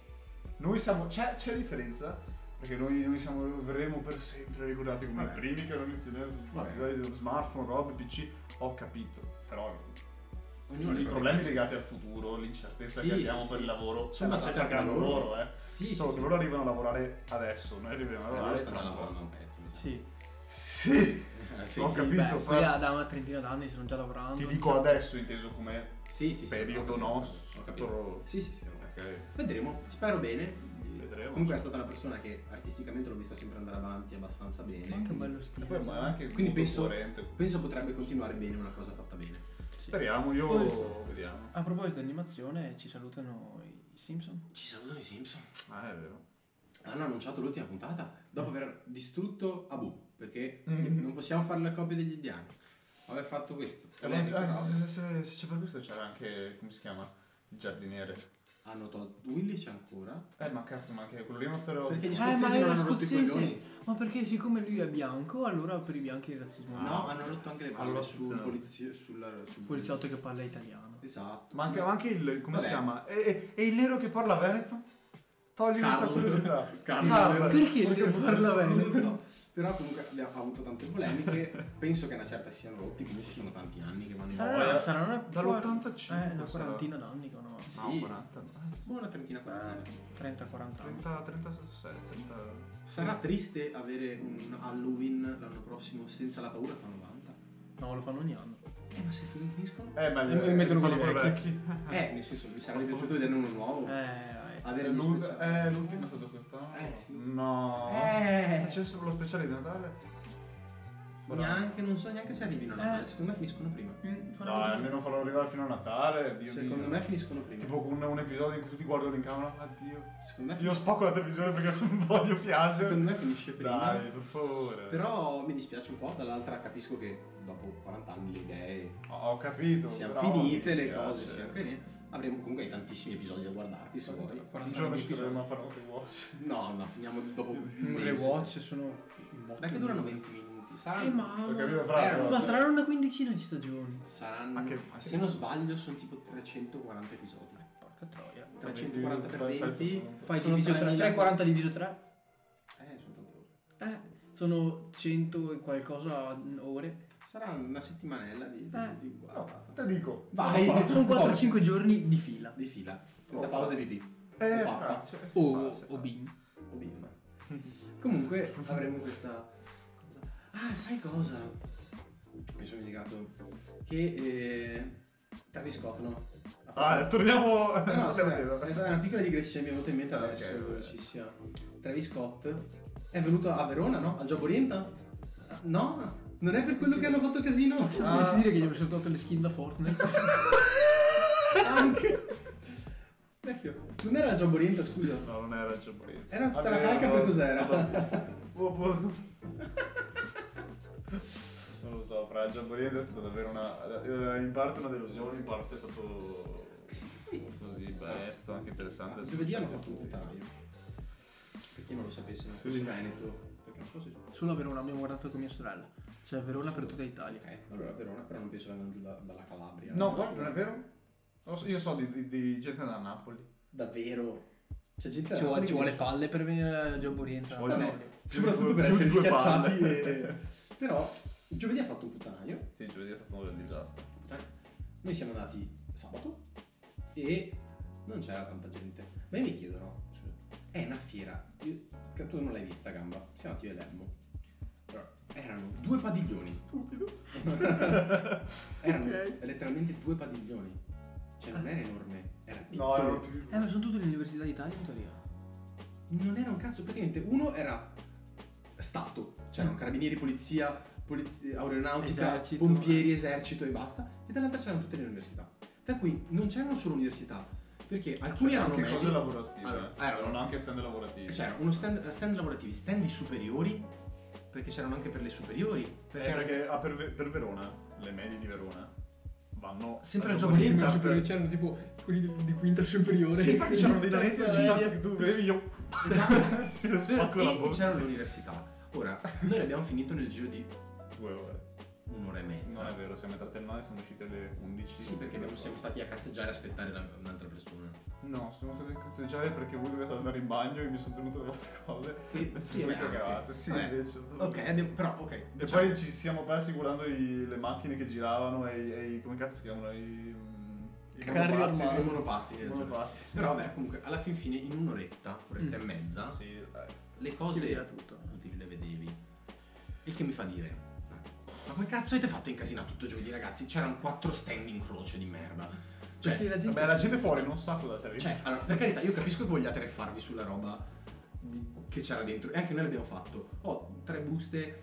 Speaker 1: Noi siamo. C'è, c'è differenza. Perché noi, noi siamo, verremo per sempre ricordati come
Speaker 4: Vabbè.
Speaker 1: i primi che erano iniziati
Speaker 4: Vabbè.
Speaker 1: dello smartphone, robe, PC. Ho capito. Però
Speaker 4: Ognuno
Speaker 1: I
Speaker 4: le
Speaker 1: problemi
Speaker 4: proprie-
Speaker 1: legati al futuro, l'incertezza
Speaker 4: Sì,
Speaker 1: che abbiamo
Speaker 4: sì,
Speaker 1: per
Speaker 4: sì.
Speaker 1: il lavoro,
Speaker 4: Sono
Speaker 1: sono la
Speaker 4: basati
Speaker 1: stessa che
Speaker 4: anche
Speaker 1: hanno
Speaker 4: loro.
Speaker 1: loro, eh. Solo
Speaker 4: Sì, sì,
Speaker 1: che
Speaker 4: sì.
Speaker 1: loro arrivano a lavorare adesso, noi arriviamo a
Speaker 4: Eh, loro
Speaker 1: lavorare
Speaker 4: stanno
Speaker 1: tra un
Speaker 4: lavorando
Speaker 1: po'.
Speaker 4: un pezzo, mi sa.
Speaker 2: Sì.
Speaker 1: Sì,
Speaker 4: Eh,
Speaker 1: Ho
Speaker 4: <laughs> sì,
Speaker 1: capito,
Speaker 2: beh,
Speaker 1: però-
Speaker 2: quelli da- da una trentina d'anni stanno già lavorando.
Speaker 1: ti dico
Speaker 2: diciamo.
Speaker 1: adesso inteso come
Speaker 4: Sì, sì, sì,
Speaker 1: periodo
Speaker 4: ho capito, ho capito.
Speaker 1: nostro.
Speaker 4: Sì, sì, sì. ho capito.
Speaker 1: Ok.
Speaker 4: Vedremo, spero bene.
Speaker 1: Vedremo.
Speaker 4: Comunque è stata una persona che artisticamente l'ho vista sempre andare avanti abbastanza bene.
Speaker 2: Ma anche
Speaker 4: quindi-
Speaker 2: bello
Speaker 1: E
Speaker 2: stile.
Speaker 1: poi ma è anche
Speaker 4: Quindi
Speaker 1: molto
Speaker 4: penso-
Speaker 1: coerente.
Speaker 4: Penso potrebbe continuare bene una cosa fatta bene.
Speaker 1: Speriamo, io
Speaker 2: Poi-
Speaker 1: vediamo.
Speaker 2: A proposito di animazione, ci salutano i Simpson.
Speaker 4: Ci salutano i Simpson.
Speaker 1: Ah, è vero.
Speaker 4: Hanno annunciato l'ultima puntata dopo aver distrutto Abu, perché
Speaker 1: Mm.
Speaker 4: non possiamo fare la copia degli indiani. Aver fatto questo.
Speaker 1: Eh, ma-
Speaker 4: Polemica.
Speaker 1: ah, no, se, se- se c'è per questo c'era anche, come si chiama? Il giardiniere.
Speaker 4: Hanno tolto Willy c'è ancora.
Speaker 1: Eh, ma cazzo, ma anche quello lì Eh, è uno stereo.
Speaker 4: Perché gli
Speaker 2: Ah, ma
Speaker 4: scozzesi non
Speaker 2: era
Speaker 4: hanno rotto i
Speaker 2: scozzese.
Speaker 4: coglioni.
Speaker 2: Ma perché siccome lui è bianco, allora per i bianchi il razzismo
Speaker 1: Ah,
Speaker 2: no.
Speaker 4: No, hanno rotto anche le palle
Speaker 1: Allora,
Speaker 4: sul
Speaker 1: funziona.
Speaker 4: polizio- sulla- sul
Speaker 2: Il poliziotto che parla italiano.
Speaker 4: Esatto.
Speaker 1: Ma anche, ma anche il. come si
Speaker 4: Vabbè.
Speaker 1: chiama? E, e- e il nero che parla Veneto? Togli questa
Speaker 4: Carlo.
Speaker 1: curiosità. <laughs>
Speaker 4: Carlo.
Speaker 2: Perché il nero parla
Speaker 4: Non
Speaker 2: bene?
Speaker 4: lo so. Però comunque abbiamo avuto tante polemiche. Penso che una certa si siano rotti. Comunque sono tanti anni che vanno in
Speaker 1: Sarà-
Speaker 4: giro.
Speaker 2: Saranno,
Speaker 1: era-
Speaker 2: saranno
Speaker 1: dall'85
Speaker 2: Eh, una
Speaker 1: eh, sarà.
Speaker 2: quarantina d'anni o no?
Speaker 1: No,
Speaker 4: Sì.
Speaker 1: 40.
Speaker 4: Boh, Una trentina, quarantina.
Speaker 1: Eh.
Speaker 2: 30-40 anni.
Speaker 1: 30, 36, 30.
Speaker 4: Sarà triste avere un Halloween l'anno prossimo senza la paura che fa 90.
Speaker 2: No, lo fanno ogni anno.
Speaker 4: Eh, ma se finiscono?
Speaker 1: Eh, ma
Speaker 2: E poi mettono
Speaker 1: fanno
Speaker 2: quelli
Speaker 1: quelli vecchi.
Speaker 4: Eh, nel senso, mi sarebbe piaciuto vederne uno nuovo.
Speaker 1: Oh.
Speaker 2: Eh, vai.
Speaker 4: Avere gli
Speaker 1: L'ul-
Speaker 4: speciali.
Speaker 1: eh, l'ultimo è stato quest'anno.
Speaker 4: Eh, sì.
Speaker 1: No.
Speaker 2: Eh.
Speaker 1: C'è solo lo speciale di Natale.
Speaker 4: Neanche, non so neanche se arrivino a Natale.
Speaker 2: Eh.
Speaker 4: Secondo me finiscono prima.
Speaker 2: Mm, fanno
Speaker 1: Dai,
Speaker 2: tutti-
Speaker 1: almeno farlo arrivare fino a Natale. Dio
Speaker 4: Secondo
Speaker 1: mio.
Speaker 4: me finiscono prima.
Speaker 1: Tipo con un episodio in cui tutti guardano in camera. Addio.
Speaker 4: Secondo me
Speaker 1: Io spacco la televisione perché non <laughs> voglio piangere.
Speaker 4: Secondo me finisce prima.
Speaker 1: Dai, per favore.
Speaker 4: Però mi dispiace un po', dall'altra capisco che dopo 40 anni le idee
Speaker 1: Ho, ho capito.
Speaker 4: siano
Speaker 1: però
Speaker 4: finite,
Speaker 1: mi
Speaker 4: le
Speaker 1: dispiace.
Speaker 4: cose siano carine. Avremo comunque hai tantissimi episodi da guardarti se vuoi.
Speaker 1: Un giorno ci dovremmo fare un rewatch.
Speaker 4: No, no, finiamo dopo un
Speaker 2: Le
Speaker 4: mese.
Speaker 2: watch sono...
Speaker 4: Dai che durano 20 minuti. Saranno,
Speaker 2: Eh, ma...
Speaker 1: Ho capito,
Speaker 4: Eh,
Speaker 1: fra.
Speaker 2: Ma saranno una quindicina di stagioni.
Speaker 4: saranno
Speaker 1: Ma che- ma
Speaker 4: se
Speaker 1: che-
Speaker 4: non sbaglio sono tipo 340 episodi.
Speaker 1: Eh,
Speaker 2: Porca troia.
Speaker 4: 340 per 20.
Speaker 2: Fai
Speaker 4: Sono
Speaker 2: diviso 3,
Speaker 4: 3000.
Speaker 2: 340 diviso 3.
Speaker 4: Eh, sono tante ore.
Speaker 2: Eh, sono 100 e qualcosa ore.
Speaker 4: Sarà una settimanella di, di,
Speaker 2: Eh.
Speaker 4: di
Speaker 1: No,
Speaker 4: guardata.
Speaker 1: te dico.
Speaker 4: Vai.
Speaker 1: Oh, <laughs>
Speaker 2: sono 4-5 giorni di fila.
Speaker 4: Di fila. Senza
Speaker 1: Oh.
Speaker 4: pause pipì.
Speaker 1: Eh,
Speaker 4: O
Speaker 1: fra,
Speaker 4: pappa.
Speaker 1: cioè, si
Speaker 2: O,
Speaker 1: fa, si
Speaker 2: o
Speaker 1: fa.
Speaker 2: bim.
Speaker 4: o Oh, bimba. Comunque avremo questa cosa. Ah, sai cosa? Mi sono dimenticato che eh, Travis Scott, no? Ha
Speaker 1: Ah, <laughs>
Speaker 4: fatto-
Speaker 1: torniamo.
Speaker 4: No, no,
Speaker 1: torniamo
Speaker 4: aspetta, eh,
Speaker 1: dietro.
Speaker 4: è una piccola digressione mi è venuta in mente
Speaker 1: Ah, ok,
Speaker 4: adesso,
Speaker 1: vabbè.
Speaker 4: velocissima. Travis Scott è venuto a Verona, no? Al Gioco Orienta? No? Non è per quello che hanno fatto
Speaker 1: <laughs>
Speaker 4: casino? Cioè,
Speaker 1: Ah.
Speaker 2: Potresti dire che gli ho soltanto le skin da Fortnite?
Speaker 1: <laughs>
Speaker 4: Anche. Vecchio, non era al Gioco Orienta, scusa.
Speaker 1: No, non era il Giappone.
Speaker 4: Era tutta la
Speaker 1: Vabbè,
Speaker 4: calca per
Speaker 1: no,
Speaker 4: cos'era?
Speaker 1: no,
Speaker 4: <laughs>
Speaker 1: boh, boh. Non lo so, fra il Giappone è stata davvero una. eh, In parte una delusione, in parte è stato. Così, beh, è stato anche interessante.
Speaker 4: Giovedì hanno fatto un puntanaio. Per chi non lo sapesse, ma
Speaker 1: Sì.
Speaker 4: sul Veneto. Perché non so se.
Speaker 2: Solo a Verona abbiamo guardato con mia sorella. Cioè Verona per tutta Italia.
Speaker 4: Ok, allora Verona, però non penso vengano giù da- dalla Calabria.
Speaker 1: No,
Speaker 4: Da
Speaker 1: guarda,
Speaker 4: su-
Speaker 1: non è vero? Lo so- Io so di, di- di gente da Napoli.
Speaker 4: Davvero? C'è gente
Speaker 2: Ci vuole, ci vuole
Speaker 4: fare.
Speaker 2: palle per venire a Giobo Orienta.
Speaker 1: Ci vuole
Speaker 2: Vabbè.
Speaker 1: palle.
Speaker 4: Ah, Soprattutto
Speaker 1: Più
Speaker 4: per
Speaker 1: due-
Speaker 4: essere
Speaker 1: più due
Speaker 4: schiacciati.
Speaker 1: palle.
Speaker 4: e- Però, giovedì ha fatto un puttanaio.
Speaker 1: <laughs> Sì, giovedì è stato un disastro.
Speaker 4: Noi siamo andati sabato e non c'era tanta gente. Ma io mi chiedo, no? scusa, È una fiera. Io- che tu non l'hai vista, gamba. Siamo andati a Lermo. Però erano due padiglioni. Stupido. <laughs> erano
Speaker 1: Ok.
Speaker 4: letteralmente due padiglioni. Cioè non era enorme, era piccolo.
Speaker 1: No, erano
Speaker 2: Eh ma sono tutte le università d'Italia in teoria.
Speaker 4: Non era un cazzo, praticamente uno era stato,
Speaker 1: Mm.
Speaker 4: cioè erano carabinieri, polizia, polizia aeronautica,
Speaker 2: Esercito.
Speaker 1: eh.
Speaker 4: pompieri, esercito e basta, e dall'altra c'erano tutte le università. Da qui non c'erano solo università, perché
Speaker 1: C'erano
Speaker 4: alcuni erano
Speaker 1: Cioè, anche
Speaker 4: medi,
Speaker 1: cose lavorative.
Speaker 4: Allora,
Speaker 1: eh.
Speaker 4: erano-
Speaker 1: Erano anche stand lavorativi.
Speaker 4: c'era uno stand, stand lavorativi, stand di superiori, perché c'erano anche per le superiori, perché
Speaker 1: Eh,
Speaker 4: era-
Speaker 1: perché a per, Ve- per Verona, le medie di Verona, vanno
Speaker 4: sempre al
Speaker 1: al
Speaker 4: gioco di
Speaker 1: Giacomo
Speaker 4: superiori
Speaker 1: per-
Speaker 4: c'erano tipo
Speaker 2: Quelli di, quinta superiore.
Speaker 1: cioè. Sì, infatti c'erano
Speaker 4: <laughs>
Speaker 1: dei danetti
Speaker 2: Terza
Speaker 1: sì,
Speaker 2: media.
Speaker 1: tanto che tu vedevi <laughs> io
Speaker 4: esatto,
Speaker 1: mi spacco la
Speaker 4: e
Speaker 1: bocca
Speaker 4: c'erano le università. Ora, noi le abbiamo finito nel giro di
Speaker 1: due ore.
Speaker 4: un'ora e mezza.
Speaker 1: Non è vero, siamo entrati alle 9 siamo usciti alle 11.
Speaker 4: Esatto. Sì, perché abbiamo- siamo stati a cazzeggiare e aspettare la- un'altra persona.
Speaker 1: No, siamo stati a cazzeggiare perché voi dovete andare in bagno e mi sono tenuto le vostre cose. <laughs>
Speaker 4: <laughs> Sì, sì,
Speaker 1: voi
Speaker 4: anche.
Speaker 1: cagavate. Sì,
Speaker 4: Vabbè.
Speaker 1: invece è stato-
Speaker 4: Eh. Ok, abbiamo- però ok.
Speaker 1: E
Speaker 4: diciamo-
Speaker 1: poi ci siamo persi guardando i- le macchine che giravano e, i- e i- come cazzo si chiamano? I, mm, i
Speaker 2: Carri
Speaker 1: monopatti.
Speaker 2: armati.
Speaker 4: i monopatti.
Speaker 1: I monopatti.
Speaker 4: Però vabbè, comunque, alla fin fine, in un'oretta, un'oretta
Speaker 2: Mm.
Speaker 4: e mezza,
Speaker 1: Sì, eh.
Speaker 4: le
Speaker 2: Si vedeva
Speaker 4: cose
Speaker 2: tutto.
Speaker 4: utili le vedevi. Il che mi fa dire. Ma come cazzo avete fatto incasinare tutto giovedì, ragazzi? C'erano quattro stand in croce di merda. Cioè,
Speaker 2: perché la gente...
Speaker 1: Vabbè, la gente fuori non sa cosa sia
Speaker 4: Cioè, allora, per carità, io capisco che vogliate farvi sulla roba di- che c'era dentro. E anche noi l'abbiamo fatto. Ho tre buste,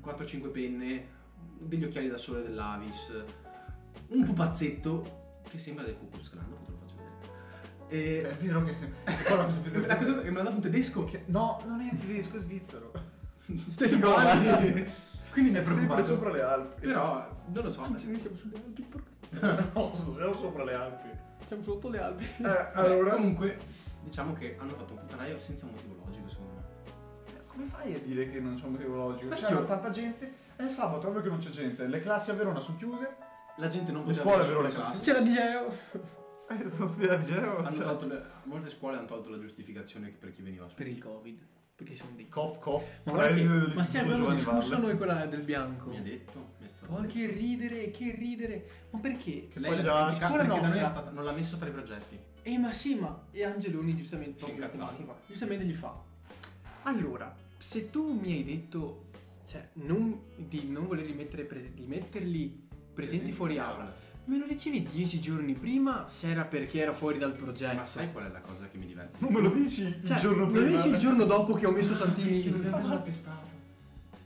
Speaker 4: 4-5 penne, degli occhiali da sole dell'Avis, un pupazzetto che sembra del Ku Klux Klan, dopo te lo faccio
Speaker 1: Cioè, È <laughs>
Speaker 4: vedere.
Speaker 1: vero che se... è quella cosa più <laughs>
Speaker 4: E... La cosa che me l'ha dato un tedesco
Speaker 1: che- No, non è tedesco, è <laughs> svizzero.
Speaker 4: Stai <laughs> uguali. Quindi mi ha
Speaker 1: È sempre
Speaker 4: preoccupato.
Speaker 1: sopra le Alpi.
Speaker 4: Però non lo so.
Speaker 2: Anzi, noi siamo sulle Alpi, porca-
Speaker 1: <laughs> No, siamo sopra le Alpi.
Speaker 2: Siamo sotto le <laughs> Alpi.
Speaker 1: Eh,
Speaker 4: Beh,
Speaker 1: allora...
Speaker 4: Comunque, diciamo che hanno fatto un puttanaio senza motivo logico, secondo me.
Speaker 1: Come fai a dire che non c'è un motivo logico?
Speaker 4: Perché?
Speaker 1: C'era tanta gente. È il sabato, è ovvio che non c'è gente. Le classi a Verona sono chiuse.
Speaker 4: La gente non
Speaker 1: Le scuole
Speaker 4: poteva
Speaker 1: Cioè,
Speaker 4: andare
Speaker 1: però le
Speaker 4: sulle
Speaker 1: sono
Speaker 4: classi.
Speaker 2: C'è la DJO.
Speaker 1: <laughs> Eh, sono stati a Genova.
Speaker 4: Hanno
Speaker 1: cioè.
Speaker 4: tolto le- molte scuole hanno tolto la giustificazione per chi veniva su.
Speaker 2: Per il Covid. Perché sono dei...
Speaker 1: Cough, cough.
Speaker 2: Ma, guarda che-
Speaker 1: Preside
Speaker 2: ma
Speaker 1: dell'Istituto
Speaker 2: stiamo abbiamo
Speaker 1: Giovanni
Speaker 2: discusso
Speaker 1: Valle.
Speaker 2: noi quella del bianco.
Speaker 4: Mi ha detto, mi è stato
Speaker 2: Oh,
Speaker 4: detto.
Speaker 2: che ridere, che ridere. Ma perché?
Speaker 4: Che lei l'ha
Speaker 1: Vogliamo-
Speaker 4: criticato
Speaker 2: Scuola
Speaker 4: perché da noi è
Speaker 2: nostra.
Speaker 4: stata- non l'ha messo tra i progetti.
Speaker 2: Eh ma sì, ma e Angeloni giustamente
Speaker 4: Si è
Speaker 2: proprio
Speaker 4: incazzato.
Speaker 2: come fa, Giustamente gli fa. Allora, se tu mi hai detto cioè non, di non volerli mettere prese- di metterli presenti fuori aula, me lo dicevi dieci giorni prima se era perché era fuori dal progetto.
Speaker 4: Ma sai qual è la cosa che mi diverte?
Speaker 1: Non me lo dici il
Speaker 2: Cioè,
Speaker 1: giorno
Speaker 2: me
Speaker 1: prima?
Speaker 2: lo dici il giorno dopo che ho messo Santini
Speaker 4: Che non gli
Speaker 1: Ma
Speaker 4: abbiamo
Speaker 1: so-
Speaker 4: attestato.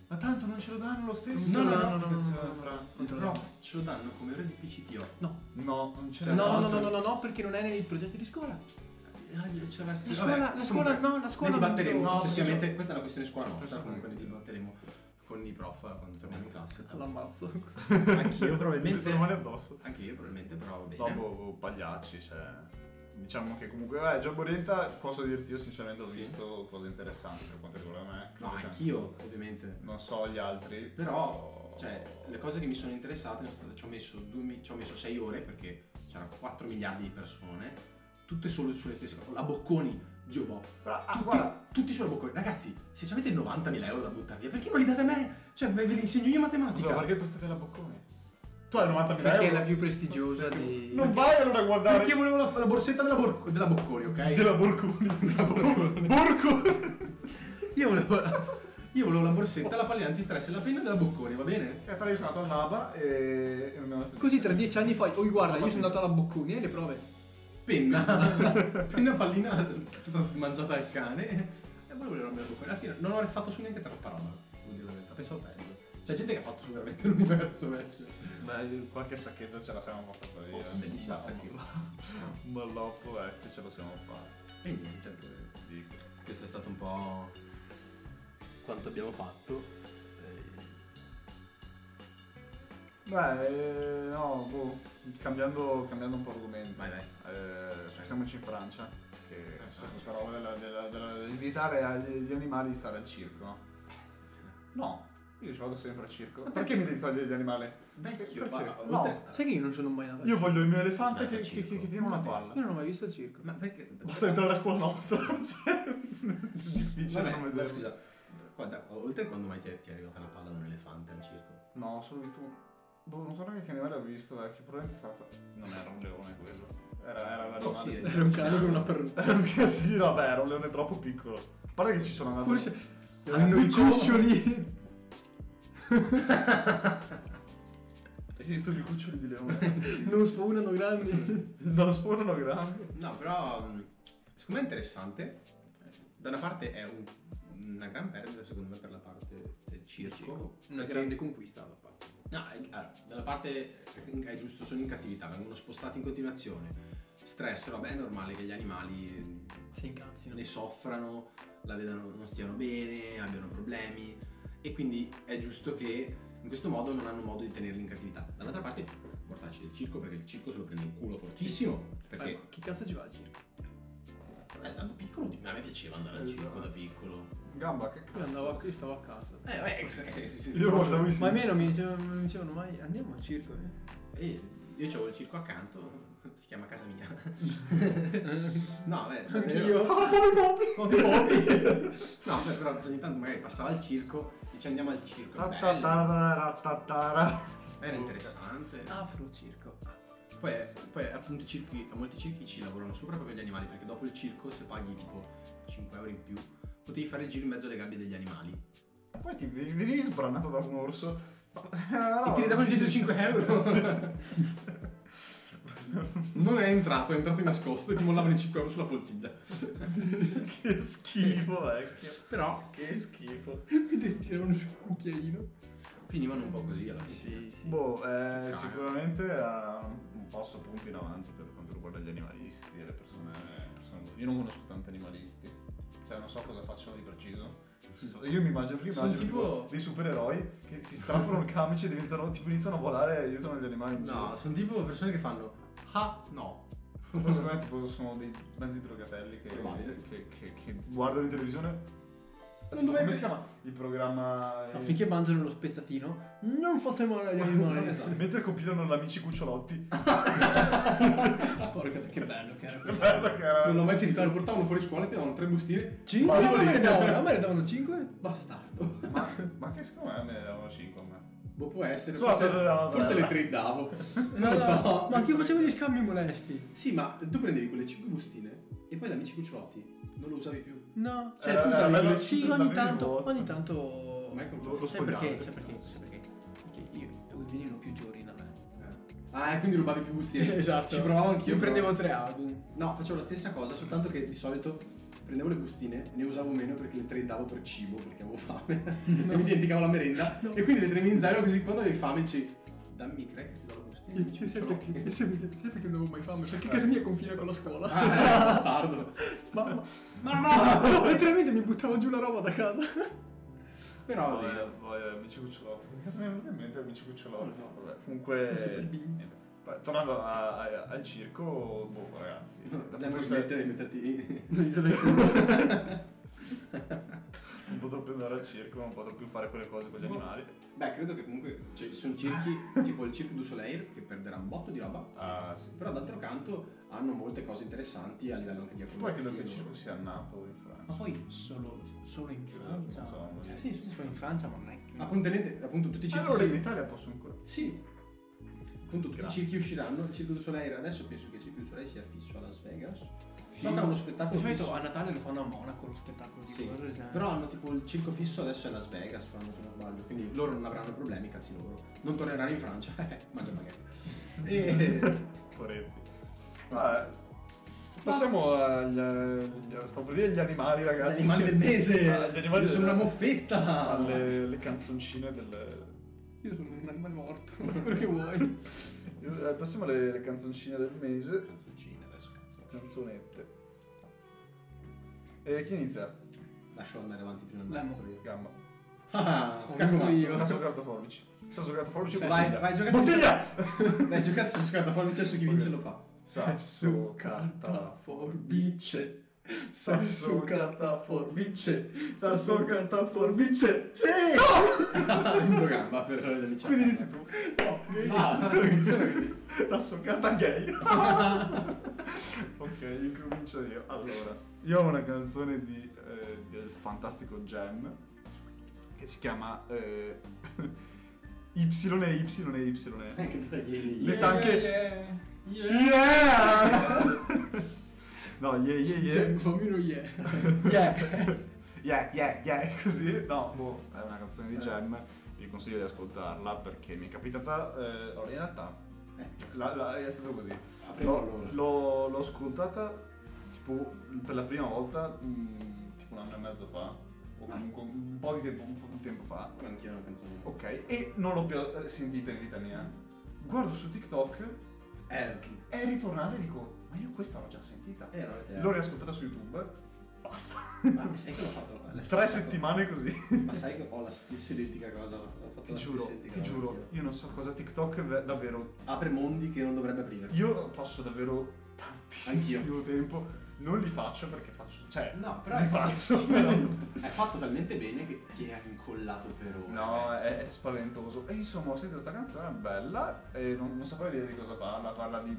Speaker 1: Ma tanto non ce lo danno lo stesso?
Speaker 4: No, no, no,
Speaker 2: Ah, no, no, no,
Speaker 1: attenzione,
Speaker 2: no, no.
Speaker 1: Fra.
Speaker 2: Non te lo
Speaker 4: Però
Speaker 2: do.
Speaker 4: ce lo danno come ore di PCTO.
Speaker 1: No, non ce
Speaker 4: Cioè,
Speaker 1: l'ho.
Speaker 2: No, no, no,
Speaker 4: l'altro-
Speaker 2: no, no, no, no, perché non è nei progetti di scuola.
Speaker 4: Eh, ce l'aveva scritto.
Speaker 2: La scuola-
Speaker 4: Vabbè,
Speaker 2: la scuola-
Speaker 4: comunque,
Speaker 2: no, la scuola
Speaker 4: Ne
Speaker 2: non-
Speaker 4: dibatteremo
Speaker 1: no,
Speaker 4: successivamente.
Speaker 1: cioè-
Speaker 4: Questa è una questione scuola
Speaker 2: certo,
Speaker 1: Cioè,
Speaker 4: nostra,
Speaker 1: questo
Speaker 4: comunque ne
Speaker 1: comunque.
Speaker 4: dibatteremo con i prof eh, quando torniamo in classe.
Speaker 2: L'ammazzo. <laughs>
Speaker 4: Anch'io
Speaker 1: Mi
Speaker 4: probabilmente.
Speaker 1: sono male addosso.
Speaker 4: Anche io probabilmente, però va bene.
Speaker 1: Dopo pagliacci, cioè. Diciamo che comunque, vabbè, Già Borenta, posso dirti io sinceramente ho
Speaker 4: Sì.
Speaker 1: visto cose interessanti per quanto riguarda me.
Speaker 4: No,
Speaker 1: Credo che-
Speaker 4: anch'io, ovviamente.
Speaker 1: Non so gli altri,
Speaker 4: Però, cioè, le cose che mi sono interessate sono state, ci ho messo, due mi- ci ho messo 6 ore perché c'erano 4 miliardi di persone, tutte solo sulle stesse cose. La Bocconi, Dio boh.
Speaker 1: Fra- ah,
Speaker 4: Tutti,
Speaker 1: guarda,
Speaker 4: tutti sulla Bocconi. Ragazzi, se ci avete 90.000 euro da buttare via, perché non li date a me? Cioè, ve ve li insegno io matematica.
Speaker 1: scusa, perché tu stai la boccone? Tu hai 90.000
Speaker 2: Perché è
Speaker 1: euro.
Speaker 2: la più prestigiosa di.
Speaker 1: Non vai allora a guardare.
Speaker 4: Perché volevo la, la borsetta della, Bor- della Bocconi, ok?
Speaker 1: Della Borconi. Borco.
Speaker 4: Io volevo la, io volevo la borsetta, la pallina antistress e la penna della Bocconi, va bene?
Speaker 1: E fra io sono andato all'ABA e... e non mi hanno detto
Speaker 2: Così
Speaker 1: niente.
Speaker 2: tra dieci anni fai. Oh guarda, io sono andato alla Bocconi, hai le prove.
Speaker 4: Penna, <laughs> penna pallina tutta mangiata al cane. E volevo la mia Bocconi. Alla fine non ho fatto su neanche tre parole, devo dire la verità. Pensavo peggio. C'è gente che ha fatto su veramente l'universo verso.
Speaker 1: Beh, qualche sacchetto ce la siamo portata via. Diciamo,
Speaker 4: Oh, bellissimo sacchetto.
Speaker 1: Un ballotto, ecco, ce lo siamo fatti.
Speaker 4: E niente, certo. allora,
Speaker 1: Dico.
Speaker 4: questo è stato un po' quanto abbiamo fatto. Eh,
Speaker 1: Beh, eh, no, boh, cambiando, cambiando un po' argomento.
Speaker 4: Vai, vai.
Speaker 1: Eh, spostiamoci in Francia, che c'è questa roba della, della- della- dell'invitare agli- gli animali di stare al circo. no? No, io ci vado sempre al circo.
Speaker 4: Ma
Speaker 1: Perché
Speaker 4: perché?
Speaker 1: mi devi togliere gli animali?
Speaker 4: Vecchio,
Speaker 1: Perché?
Speaker 4: va-
Speaker 1: No.
Speaker 4: oltre-
Speaker 2: Sai che io non sono mai andato.
Speaker 1: Io voglio il mio
Speaker 4: Sì,
Speaker 1: elefante
Speaker 4: dai,
Speaker 1: che,
Speaker 4: al
Speaker 1: che,
Speaker 4: circo.
Speaker 1: che tiene una
Speaker 4: Vabbè.
Speaker 1: palla.
Speaker 2: Io non ho mai visto il circo.
Speaker 4: Ma perché?
Speaker 1: Basta entrare a scuola nostra. <laughs> Cioè, è difficile
Speaker 4: Vabbè,
Speaker 1: non
Speaker 4: ma
Speaker 1: vedere.
Speaker 4: scusa, guarda, oltre quando mai ti è, ti è arrivata la palla da un elefante al circo?
Speaker 1: No, ho solo visto. Boh, non so neanche che animale ho visto, vecchio. Probabilmente sarà stato. Non era un leone quello. Era, era l'animale.
Speaker 4: sì, eh.
Speaker 2: Era un cane con una perruca.
Speaker 1: <laughs> Era un casino, vabbè, era un leone troppo piccolo. A parte che ci sono andato.
Speaker 2: Forse
Speaker 1: hanno
Speaker 2: hanno
Speaker 1: i
Speaker 2: i cuccioli.
Speaker 1: Hai visto i cuccioli di <laughs> leone?
Speaker 2: <laughs> Non spawnano grandi.
Speaker 1: non spawnano grandi.
Speaker 4: No, però mh, secondo me è interessante. Eh, Da una parte è un- una gran perdita, secondo me, per la parte del circo.
Speaker 2: Una
Speaker 4: perché-
Speaker 2: grande conquista da parte.
Speaker 4: No, è- allora, dalla parte è giusto, sono in cattività, vengono spostati in continuazione. Stress, vabbè, è normale che gli animali
Speaker 2: Si incazzino.
Speaker 4: ne soffrano, la vedano, non stiano bene, abbiano problemi e quindi è giusto che in questo modo non hanno modo di tenerli in cattività. Dall'altra parte portarci del circo perché il circo se lo prende in culo fortissimo
Speaker 2: Perché?
Speaker 4: perché
Speaker 2: chi cazzo ci va al circo?
Speaker 4: eh, da piccolo ti- a me piaceva andare al
Speaker 1: Eh,
Speaker 4: circo
Speaker 1: no.
Speaker 4: da piccolo.
Speaker 1: Gamba, che
Speaker 2: Io
Speaker 1: cazzo.
Speaker 2: andavo a, io stavo a casa.
Speaker 4: Eh, eh, sì, sì, sì,
Speaker 1: Io guardavo i
Speaker 2: Ma
Speaker 1: Simpson.
Speaker 2: almeno mi
Speaker 1: <laughs>
Speaker 2: dicevano, mi dicevano mai andiamo al circo. eh."
Speaker 4: Eh, io c'avevo il circo accanto, <laughs> si chiama casa <laughs> mia. no, beh,
Speaker 2: Anch'io.
Speaker 1: Ah,
Speaker 4: Come Bobby. <laughs> no, beh, però ogni tanto magari passava al circo, dice andiamo al circo.
Speaker 1: Ta
Speaker 4: è
Speaker 1: ta
Speaker 4: bello.
Speaker 1: ta ta ra ta ta ra.
Speaker 4: Era interessante.
Speaker 2: Afro circo.
Speaker 4: Poi, poi appunto i circhi, a molti circhi ci lavorano sopra proprio gli animali, perché dopo il circo se paghi tipo 5 euro in più, potevi fare il giro in mezzo alle gabbie degli animali.
Speaker 1: Poi ti venivi sbranato da un orso.
Speaker 4: e ti ridavano dietro 5 euro. Non è entrato, è entrato di nascosto e ti mollavano i 5 euro sulla poltiglia.
Speaker 1: <laughs> che schifo, vecchio.
Speaker 4: Però
Speaker 1: Che schifo.
Speaker 2: Mi tiravano sul cucchiaino.
Speaker 4: finivano un po' così alla fine.
Speaker 2: Sì, sì.
Speaker 1: Boh, eh,
Speaker 4: Caga.
Speaker 1: sicuramente ha un passo punto in avanti per quanto riguarda gli animalisti e le persone, persone- Io non conosco tanti animalisti, cioè non so cosa facciano di preciso. Nel senso, Io mi immagino perché
Speaker 4: Sono
Speaker 1: immagino tipo...
Speaker 4: tipo-
Speaker 1: dei supereroi che si strappano il camice e diventano tipo iniziano a volare e aiutano gli animali in
Speaker 4: No, sono tipo persone che fanno ah no.
Speaker 1: giro. Ma Secondo me tipo sono dei mezzi drogatelli che,
Speaker 4: Probabile.
Speaker 1: che- che- che guardano in televisione. Tipo,
Speaker 2: dovrebbe-
Speaker 1: Come si chiama il programma? eh,
Speaker 2: Affinché mangiano lo spezzatino, non fate male agli animali.
Speaker 4: Esatto.
Speaker 1: Mentre compilano l'amici cucciolotti.
Speaker 4: Ah,
Speaker 2: Porca, che bello che era. quello.
Speaker 1: Bello che era.
Speaker 4: Non l'ho mai sentito, lo portavano fuori scuola e ti davano tre bustine.
Speaker 1: Ma
Speaker 2: Cinque? Ma me
Speaker 1: sì.
Speaker 2: ne davano, a me ne davano 5?
Speaker 4: Bastardo.
Speaker 1: Ma, ma che secondo me me ne davano 5 a me.
Speaker 4: Boh, può essere.
Speaker 1: Sulla
Speaker 4: Forse,
Speaker 1: padella,
Speaker 4: forse
Speaker 1: padella.
Speaker 4: le <laughs> trindavo. Non lo so.
Speaker 2: Ma anche io facevo gli scambi molesti.
Speaker 4: Sì, ma tu prendevi quelle 5 bustine e poi da amici cucciolotti non lo usavi più.
Speaker 2: No,
Speaker 1: Eh,
Speaker 2: cioè tu
Speaker 1: eh,
Speaker 2: usavi
Speaker 1: bello,
Speaker 2: quelle-
Speaker 1: sì,
Speaker 2: Sì, ogni
Speaker 1: l'avevi
Speaker 2: tanto,
Speaker 1: vuoto.
Speaker 2: ogni tanto...
Speaker 4: Michael
Speaker 1: Lo- lo
Speaker 2: Sai perché?
Speaker 1: sfogliate.
Speaker 2: Sai perché? Sai perché? Perché io venivano più giorni da me.
Speaker 4: Ah, e quindi rubavi più <laughs> bustine. Ci provavo
Speaker 2: provavo
Speaker 4: anch'io.
Speaker 2: Io
Speaker 4: però-
Speaker 2: prendevo tre album.
Speaker 4: No, facevo la stessa cosa, soltanto che di solito prendevo le bustine, ne usavo meno perché le tradavo per cibo, perché avevo <laughs> fame. e mi dimenticavo la merenda.
Speaker 2: No.
Speaker 4: E quindi le tenevi in zaino così quando avevi fame dici dammi i crack, ti do la bustina. e mi dici, "Ce l'ho".
Speaker 2: non avevo mai fame? Perché
Speaker 1: casa
Speaker 2: mia confina con la scuola.
Speaker 4: <laughs> Ah, eh, bastardo.
Speaker 2: <laughs> Mamma. Mamma! No, letteralmente mi buttavo giù la roba da casa.
Speaker 4: Però
Speaker 1: Vabbè,
Speaker 4: vabbè.
Speaker 1: vabbè, amici cucciolotti. Che cazzo mi è venuto in mente amici cucciolotti?
Speaker 4: Non lo so.
Speaker 1: Vabbè, comunque...
Speaker 2: Sempre il bimbo.
Speaker 1: niente. Poi, Tornando a- a- al circo, boh ragazzi, dal punto
Speaker 4: Andiamo
Speaker 1: di
Speaker 4: a
Speaker 1: vista-
Speaker 4: smettere di metterti.
Speaker 1: non potrò più andare al circo, non potrò più fare quelle cose con gli animali.
Speaker 4: Beh, credo che comunque cioè, ci sono <laughs> circhi tipo il Cirque du Soleil che perderà un botto di roba.
Speaker 1: Ah sì.
Speaker 4: Però d'altro canto hanno molte cose interessanti a livello anche di
Speaker 1: Poi
Speaker 4: acrobazia.
Speaker 1: credo che il circo sia nato in Francia.
Speaker 2: Ma poi solo, solo in Francia.
Speaker 1: Non so,
Speaker 2: Cioè, sì, sì, solo in Francia, ma non è che...
Speaker 4: Appunto, tenete- appunto tutti i circhi
Speaker 1: Allora
Speaker 4: si-
Speaker 1: in Italia posso ancora.
Speaker 4: Sì. Appunto tutti
Speaker 1: Grazie.
Speaker 4: i circhi usciranno, il Circo du Soleil adesso penso che il Circo du Soleil sia fisso a Las Vegas.
Speaker 2: Sì.
Speaker 4: So che ha uno
Speaker 2: Di
Speaker 4: spettacolo
Speaker 2: solito
Speaker 4: fisso.
Speaker 2: a Natale lo fanno a Monaco lo spettacolo di
Speaker 4: Sì.
Speaker 2: cose
Speaker 1: Ah.
Speaker 2: del genere.
Speaker 4: Però hanno tipo il circo fisso adesso è a Las Vegas, fanno, se non sbaglio, quindi loro non avranno problemi, cazzi loro. Non torneranno in Francia, <laughs> eh, mangia Eh, magari.
Speaker 1: <laughs>
Speaker 4: E...
Speaker 1: Poretti. Vabbè. Ah, Passiamo agli, agli- stavo per dire agli animali, ragazzi.
Speaker 4: Gli animali del mese!
Speaker 1: Ah, gli animali
Speaker 4: Io sono
Speaker 1: del-
Speaker 4: una moffetta!
Speaker 1: Alle le canzoncine del,
Speaker 2: Io sono un animale
Speaker 4: <laughs>
Speaker 2: morto, quello che vuoi.
Speaker 1: Eh, Passiamo alle alle canzoncine del mese,
Speaker 4: Canzoncine adesso, canzoncine.
Speaker 1: canzonette. E chi inizia?
Speaker 4: Lascio andare avanti prima il
Speaker 2: Dai,
Speaker 4: maestro io.
Speaker 1: Gamma.
Speaker 4: Ah,
Speaker 2: Ho
Speaker 4: scacco
Speaker 2: vinto
Speaker 4: vai.
Speaker 2: io.
Speaker 1: Sasso carta forbici. Sasso carta forbici.
Speaker 4: Vai,
Speaker 1: bottiglia.
Speaker 4: vai, giocate-
Speaker 1: Bottiglia!
Speaker 4: Dai, giocate su scartaforbici adesso chi vince
Speaker 1: Ok.
Speaker 4: lo fa. <laughs>
Speaker 1: Sasso carta
Speaker 2: forbice.
Speaker 1: Sasso carta forbice. Sasso carta forbice. Sì!
Speaker 4: Ha vinto gamba per gli amici.
Speaker 1: Cioè, Quindi inizi tu. No,
Speaker 4: Ah, funziona così.
Speaker 1: Sasso carta gay. ok, incomincio io. Allora, io ho una canzone di, eh, del fantastico Jam che si chiama eh, <laughs> Y e Y e Y.
Speaker 4: Eh,
Speaker 1: Le tanche. Yeah! <laughs> no, yeah, yeah, yeah.
Speaker 2: fammi uno yeah.
Speaker 1: Yeah. yeah, yeah, yeah. Così, no, boh, è una canzone di Jam. Vi consiglio di ascoltarla perché mi è capitata. eh, allora, in realtà
Speaker 4: Eh,
Speaker 1: la- la- è stato così. L'ho, l'ho- l'ho ascoltata tipo per la prima volta mh, tipo un anno e mezzo fa, o
Speaker 4: Ah.
Speaker 1: comunque un po' di tempo, un po' di tempo fa.
Speaker 4: Anch'io ho una canzone.
Speaker 1: Ok, e non l'ho più eh, sentita in vita mia. Guardo su TikTok,
Speaker 4: Eh,
Speaker 1: è ritornata e dico, ma io questa l'ho già sentita.
Speaker 4: era
Speaker 1: L'ho riascoltata su YouTube, basta.
Speaker 4: Ma sai che l'ho fatto? la stessa
Speaker 1: Tre
Speaker 4: cosa.
Speaker 1: settimane così. <laughs>
Speaker 4: Ma sai che ho la stessa identica cosa? Ho fatto
Speaker 1: Ti
Speaker 4: la
Speaker 1: giuro,
Speaker 4: stessa identica
Speaker 1: ti
Speaker 4: cosa
Speaker 1: giuro,
Speaker 4: anch'io.
Speaker 1: io non so cosa TikTok ve- davvero.
Speaker 4: Apre mondi che non dovrebbe aprire.
Speaker 1: Io passo davvero tantissimo tempo. Non li faccio perché faccio. Cioè,
Speaker 4: No, però
Speaker 1: li
Speaker 4: è fatto,
Speaker 1: faccio.
Speaker 4: è fatto talmente bene che ti è incollato per ora.
Speaker 1: <laughs> No, eh. è, è spaventoso. E insomma, ho sentito questa canzone, è bella, e non, non saprei dire di cosa parla. Parla di.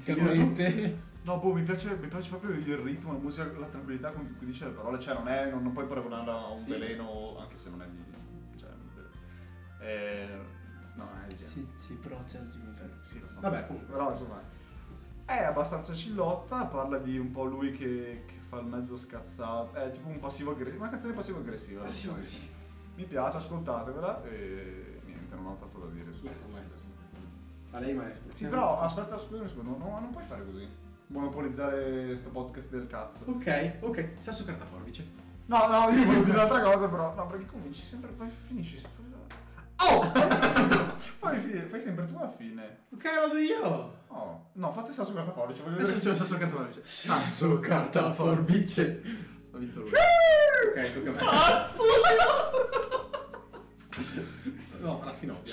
Speaker 2: Sicuramente.
Speaker 1: No, boh, mi piace, mi piace proprio il ritmo, la musica, la tranquillità con cui dice le parole. Cioè, non, è, non, non puoi paragonarla a un
Speaker 4: Sì.
Speaker 1: veleno, anche se non è di. Cioè, eh, no, non è di genere.
Speaker 2: Sì, sì, però c'è il Jimmy
Speaker 1: Sì,
Speaker 2: Carter.
Speaker 1: sì, lo so.
Speaker 4: Vabbè, comunque.
Speaker 1: Però insomma è abbastanza cillotta, parla di un po' lui che, che fa il mezzo scazzato, è tipo un passivo aggressivo, una canzone passivo aggressiva.
Speaker 4: Sì, sì, sì.
Speaker 1: Mi piace, ascoltatevela e niente, non ho tanto da dire su
Speaker 4: Lascia a me.
Speaker 1: questo.
Speaker 4: A lei maestro.
Speaker 1: Sì, però aspetta, scusami un secondo, no, non puoi fare così. Monopolizzare sto podcast del cazzo.
Speaker 4: Ok, ok. Sasso carta forbice.
Speaker 1: No, no, io volevo dire un'altra cosa, però. No, perché cominci sempre. Fai, finisci. Oh! <laughs> fai, fi- fai sempre tu alla fine.
Speaker 4: Ok, vado io.
Speaker 1: Oh. No, fate sta su carta forbice, voglio
Speaker 4: Adesso
Speaker 1: vedere.
Speaker 4: facciamo sasso carta forbice. Sasso carta forbice. Ho vinto lui. ok, tocca a
Speaker 1: Ah,
Speaker 4: me.
Speaker 1: Basta!
Speaker 4: No, fra Sinopia.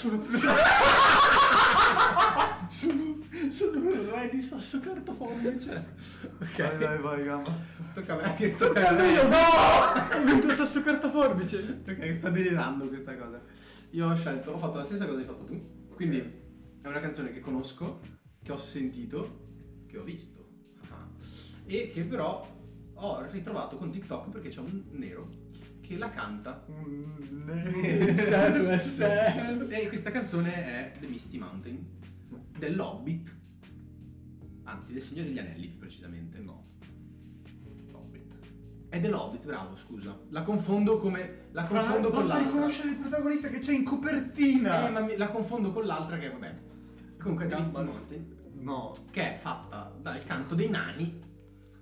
Speaker 2: Sono, sono il re di sasso cioè, carta forbice.
Speaker 1: Vai,
Speaker 4: Ok.
Speaker 1: vai, vai, gamba.
Speaker 4: Tocca
Speaker 1: <laughs>
Speaker 4: a me. Che tocca a me.
Speaker 2: No! Ho vinto il sasso carta forbice.
Speaker 4: Ok, sta delirando questa cosa. Io ho scelto, ho fatto la stessa cosa che hai fatto tu. Quindi è una canzone che conosco, che ho sentito, che ho visto. Ah. E che però ho ritrovato con TikTok perché c'è un nero che la canta.
Speaker 1: Mm,
Speaker 2: Serve, serve.
Speaker 4: E questa canzone è The Misty Mountain dell'Hobbit. Anzi, del Signore degli Anelli, più precisamente.
Speaker 1: No. Hobbit.
Speaker 4: È dell'Hobbit, bravo, scusa. La confondo come la confondo con
Speaker 1: Basta
Speaker 4: l'altra.
Speaker 1: riconoscere il protagonista che c'è in copertina.
Speaker 4: Eh, ma mi- la confondo con l'altra che vabbè. Comunque, The Misty
Speaker 1: Gamba.
Speaker 4: Mountain
Speaker 1: No.
Speaker 4: che è fatta dal canto dei nani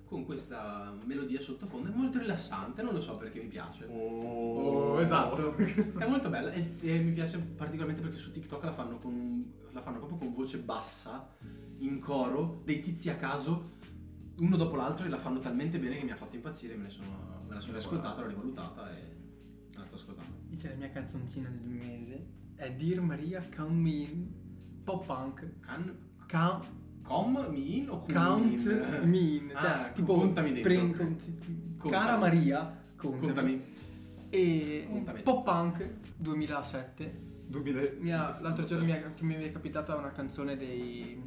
Speaker 4: con questa melodia sottofondo è molto rilassante non lo so perché mi piace
Speaker 1: Oh,
Speaker 4: esatto è molto bella e, e mi piace particolarmente perché su TikTok la fanno, con un- la fanno proprio con voce bassa in coro dei tizi a caso uno dopo l'altro e la fanno talmente bene che mi ha fatto impazzire me, ne sono, me la sono riascoltata l'ho rivalutata e me la sto ascoltando
Speaker 2: Dice la mia canzoncina del mese è Dear Maria Come In Pop Punk
Speaker 4: Can,
Speaker 2: Count,
Speaker 4: com me in o cum
Speaker 2: count
Speaker 4: in?
Speaker 2: Me In Cioè
Speaker 4: Ah,
Speaker 2: tipo
Speaker 4: contami dentro.
Speaker 2: prendi- conti-
Speaker 4: Contami.
Speaker 2: Cara Maria Contami,
Speaker 4: contami
Speaker 2: E
Speaker 4: Contami.
Speaker 2: Pop Punk 2007
Speaker 1: 2000.
Speaker 2: Mi ha- L'altro giorno mi è, che mi è capitata una canzone dei...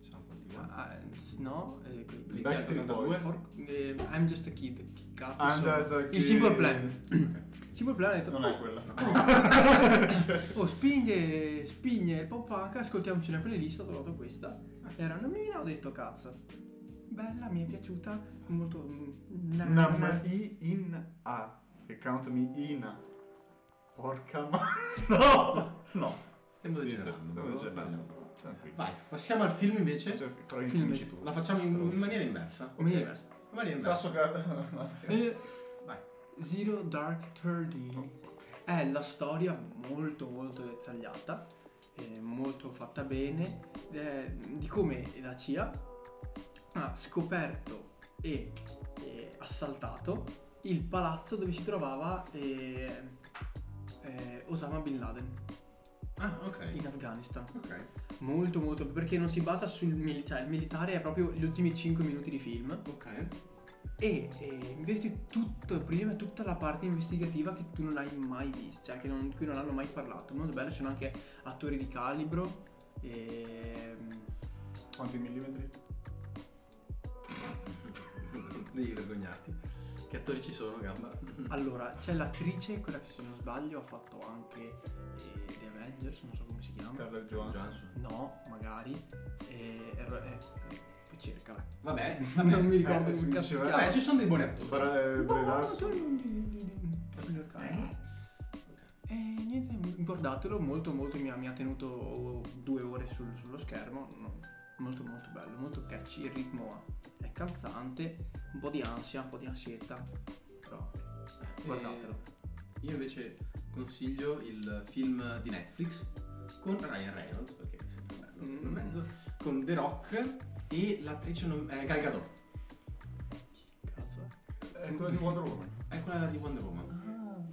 Speaker 4: Siamo partiti.
Speaker 2: ah, no? eh, quei-
Speaker 4: Dei
Speaker 1: Backstreet Boys.
Speaker 2: Porco- eh, I'm Just A Kid Chi cazzo
Speaker 1: I'm
Speaker 2: sono?
Speaker 1: just a
Speaker 2: Il Simple
Speaker 1: kid.
Speaker 2: Plan
Speaker 4: Ok.
Speaker 2: <clears throat> Simple Plan ha detto
Speaker 1: Non
Speaker 2: "Oh,
Speaker 1: è quella.
Speaker 2: Oh, spigne, spigne, pop punk, ascoltiamoci una playlist, ho trovato questa. Era una mina, ho detto cazzo. Bella, mi è piaciuta, molto... mm, Na,
Speaker 1: No,
Speaker 2: na-
Speaker 1: ma I in A. Che count me in A. Porca ma. <laughs> No! No.
Speaker 4: Stiamo degenerando.
Speaker 1: Stiamo
Speaker 4: cosa
Speaker 1: dicendo. Tranquillo.
Speaker 4: Vai, passiamo al film invece.
Speaker 1: Adesso fi- Però
Speaker 2: Film.
Speaker 1: incominci tu.
Speaker 4: La facciamo in, in maniera inversa.
Speaker 2: Come dire,
Speaker 4: In maniera inversa.
Speaker 1: Sasso che.
Speaker 2: eh,
Speaker 4: Vai.
Speaker 2: Zero Dark Thirty
Speaker 1: Ok.
Speaker 2: è la storia molto molto dettagliata, eh, molto fatta bene, eh, di come la CIA ha scoperto e eh, assaltato il palazzo dove si trovava eh, eh, Osama Bin Laden.
Speaker 4: Ah, ok.
Speaker 2: in Afghanistan.
Speaker 4: Ok.
Speaker 2: Molto molto perché non si basa sul militare, il militare è proprio gli ultimi 5 minuti di film
Speaker 4: Ok. <laughs>
Speaker 2: e, e invece tutto prima tutta la parte investigativa che tu non hai mai visto, cioè che non, cui non hanno mai parlato. Molto bello, ci sono anche attori di calibro ehm, e
Speaker 1: Quanti millimetri?
Speaker 4: Devi vergognarti. Che attori ci sono, gamba?
Speaker 1: Mm.
Speaker 2: allora c'è l'attrice, quella che se non sbaglio ha fatto anche eh, The Avengers, non so come si chiama.
Speaker 1: Scarlett Johansson.
Speaker 4: Johansson.
Speaker 2: No, magari. eh, E, e, e- cercala.
Speaker 4: Vabbè.
Speaker 2: Non mi
Speaker 1: <laughs> Eh,
Speaker 2: ricordo
Speaker 1: si
Speaker 2: come cazzo si
Speaker 1: diceva-
Speaker 2: chiama.
Speaker 4: Vabbè, ci sono dei buoni attori.
Speaker 1: Però è
Speaker 2: No,
Speaker 1: Brie
Speaker 2: no,
Speaker 1: Larson.
Speaker 2: tu non- non- non- non-
Speaker 4: Ok.
Speaker 2: E Eh? niente, guardatelo, molto molto mi ha, mi ha tenuto due ore sul- sullo schermo, no, molto molto bello, molto catchy, il ritmo è calzante, un po' di ansia, un po' di ansietta, però guardatelo.
Speaker 4: E Io invece consiglio il film di Netflix con Ryan Reynolds, perché è sempre bello,
Speaker 2: Mm.
Speaker 4: in mezzo, con The Rock e l'attrice non... eh, Gal Gadot.
Speaker 2: Cazzo.
Speaker 1: È quella di Wonder Woman.
Speaker 4: È quella di Wonder Woman.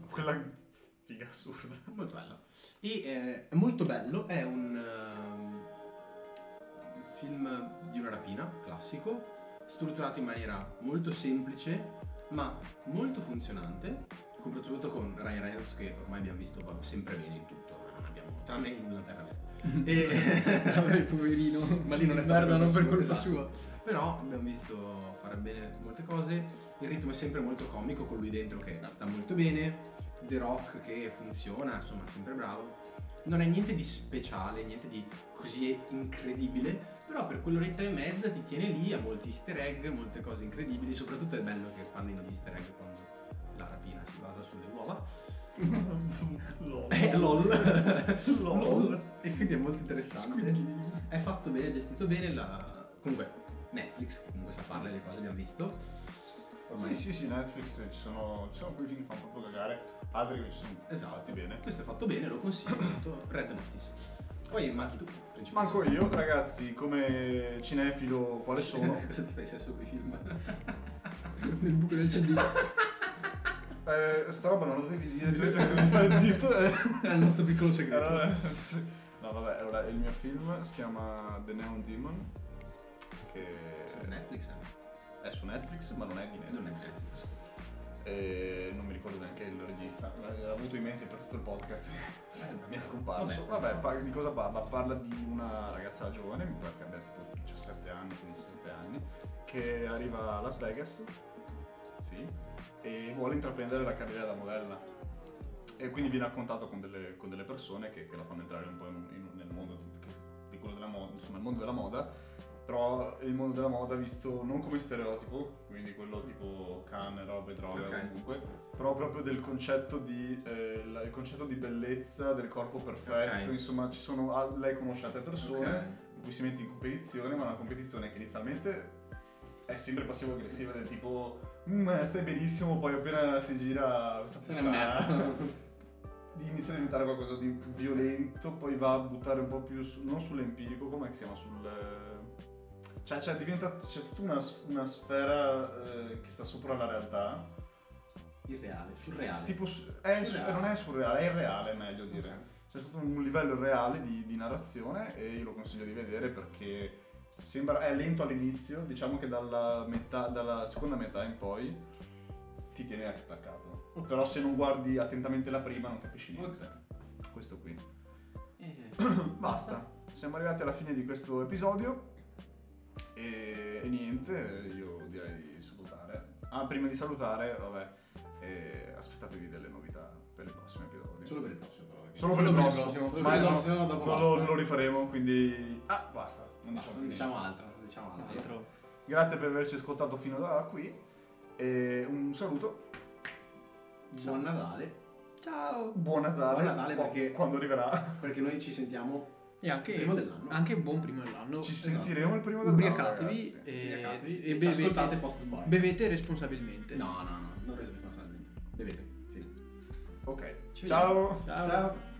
Speaker 1: Quella figa assurda.
Speaker 4: Molto bello. E eh, è molto bello, è un ehm, film di una rapina, classico, strutturato in maniera molto semplice, ma molto funzionante, con- soprattutto con Ryan Reynolds che ormai abbiamo visto va sempre bene in tutto, non abbiamo, tranne in Lanterna Verde.
Speaker 2: <laughs> Vabbè, poverino,
Speaker 4: Ma lì non è stato
Speaker 2: Merda, non per colpa
Speaker 4: colpa
Speaker 2: sua.
Speaker 4: sua, Però abbiamo visto fare bene molte cose, il ritmo è sempre molto comico con lui dentro che sta molto bene, The Rock che funziona, insomma, sempre bravo. Non è niente di speciale, niente di così incredibile, però per quell'oretta e mezza ti tiene lì a molti easter egg, molte cose incredibili, soprattutto è bello che parlino di easter egg quando la rapina si basa sulle uova.
Speaker 1: No.
Speaker 4: Eh, LOL.
Speaker 1: LOL.
Speaker 4: E quindi è molto interessante. È fatto bene, è gestito bene. La... Comunque, Netflix comunque sa farle le cose, abbiamo visto.
Speaker 1: Sì, sì, sì, Netflix ci sono, ci sono quei film che fanno proprio cagare, altri che ci sono
Speaker 4: Esatto.
Speaker 1: fatti bene.
Speaker 4: Questo è fatto bene, lo consiglio. molto. Red Notice. Poi manchi tu, principalmente.
Speaker 1: Manco io, ragazzi, come cinefilo quale sono?
Speaker 4: <laughs> Cosa ti fai sesso con i film? <laughs>
Speaker 2: Nel buco del cellino.
Speaker 1: Eh, sta roba non la dovevi dire, ti ho detto che dovevi stare zitto. eh.
Speaker 4: Era il nostro piccolo segreto.
Speaker 1: Allora, sì. no, vabbè, allora il mio film si chiama The Neon Demon, che
Speaker 4: Su Netflix, eh?
Speaker 1: è su Netflix, ma non è di
Speaker 4: Non è
Speaker 1: Netflix.
Speaker 4: Netflix.
Speaker 1: E non mi ricordo neanche il regista, l'ho avuto in mente per tutto il podcast. Mi è scomparso. Vabbè, par- di cosa parla? Parla di una ragazza giovane, mi pare che abbia tipo 17 anni, 17 anni, che arriva a Las Vegas, sì, e vuole intraprendere la carriera da modella. E quindi viene a contatto con delle, con delle persone che, che la fanno entrare un po' in- in- nel mondo di, di quello della moda, insomma, il mondo della moda. Però il mondo della moda visto non come stereotipo, quindi quello tipo canne, robe, droghe,
Speaker 4: Ok.
Speaker 1: comunque, però proprio del concetto di, eh, la- il concetto di bellezza, del corpo perfetto,
Speaker 4: Ok.
Speaker 1: insomma ci sono, ah, lei conosce altre persone
Speaker 4: Ok.
Speaker 1: in cui si mette in competizione, ma una competizione che inizialmente è sempre passivo-aggressiva, del tipo "Mm, stai benissimo, poi appena si gira sta
Speaker 4: Sono
Speaker 1: puttana",
Speaker 4: merda.
Speaker 1: <laughs> di- inizia a diventare qualcosa di violento, poi va a buttare un po' più, su- non sull'empirico, come si chiama, sul... eh, Cioè, cioè diventa, c'è tutta una, s- una sfera eh, che sta sopra la realtà,
Speaker 4: Irreale, surreale.
Speaker 1: Tipo, su- è su-
Speaker 4: Surreale.
Speaker 1: non è surreale, è irreale, meglio dire.
Speaker 4: Ok.
Speaker 1: C'è tutto un livello reale di, di narrazione e io lo consiglio di vedere perché sembra, è lento all'inizio, diciamo che dalla, metà, dalla seconda metà in poi ti tiene attaccato.
Speaker 4: Ok.
Speaker 1: Però se non guardi attentamente la prima non capisci niente.
Speaker 4: Ok.
Speaker 1: Questo qui.
Speaker 4: Eh,
Speaker 1: Basta. Siamo arrivati alla fine di questo episodio e, e niente, io direi di salutare. Ah, prima di salutare, vabbè, eh, aspettatevi delle novità per il prossimo episodio.
Speaker 4: Solo per il prossimo, però. perché-
Speaker 1: Solo per il prossimo,
Speaker 4: solo
Speaker 1: ma
Speaker 4: per il
Speaker 1: no,
Speaker 4: prossimo, dopo
Speaker 1: Non
Speaker 4: basta.
Speaker 1: lo, non lo rifaremo, quindi... Ah, basta, non
Speaker 4: Basta,
Speaker 1: diciamo più
Speaker 4: non diciamo
Speaker 1: niente.
Speaker 4: altro, non diciamo altro.
Speaker 2: Altro.
Speaker 1: Grazie per averci ascoltato fino da qui e un saluto,
Speaker 4: Buon Natale,
Speaker 2: Ciao.
Speaker 1: buon Natale,
Speaker 4: Buon Natale perché-
Speaker 1: quando
Speaker 4: <laughs>
Speaker 1: arriverà.
Speaker 4: perché noi ci sentiamo
Speaker 2: E anche
Speaker 4: prima dell'anno.
Speaker 2: Anche buon primo dell'anno.
Speaker 1: Ci
Speaker 4: esatto.
Speaker 1: sentiremo il primo dell'anno,
Speaker 2: Ubriacatevi
Speaker 1: ragazzi.
Speaker 2: e,
Speaker 4: Ubriacatevi
Speaker 2: e
Speaker 4: ci ascoltate
Speaker 2: bevete,
Speaker 4: post sbaglio.
Speaker 2: bevete responsabilmente.
Speaker 4: No, no, no, non responsabilmente. Bevete. Fine.
Speaker 1: Ok,
Speaker 4: Ci
Speaker 1: ciao!
Speaker 4: Ciao.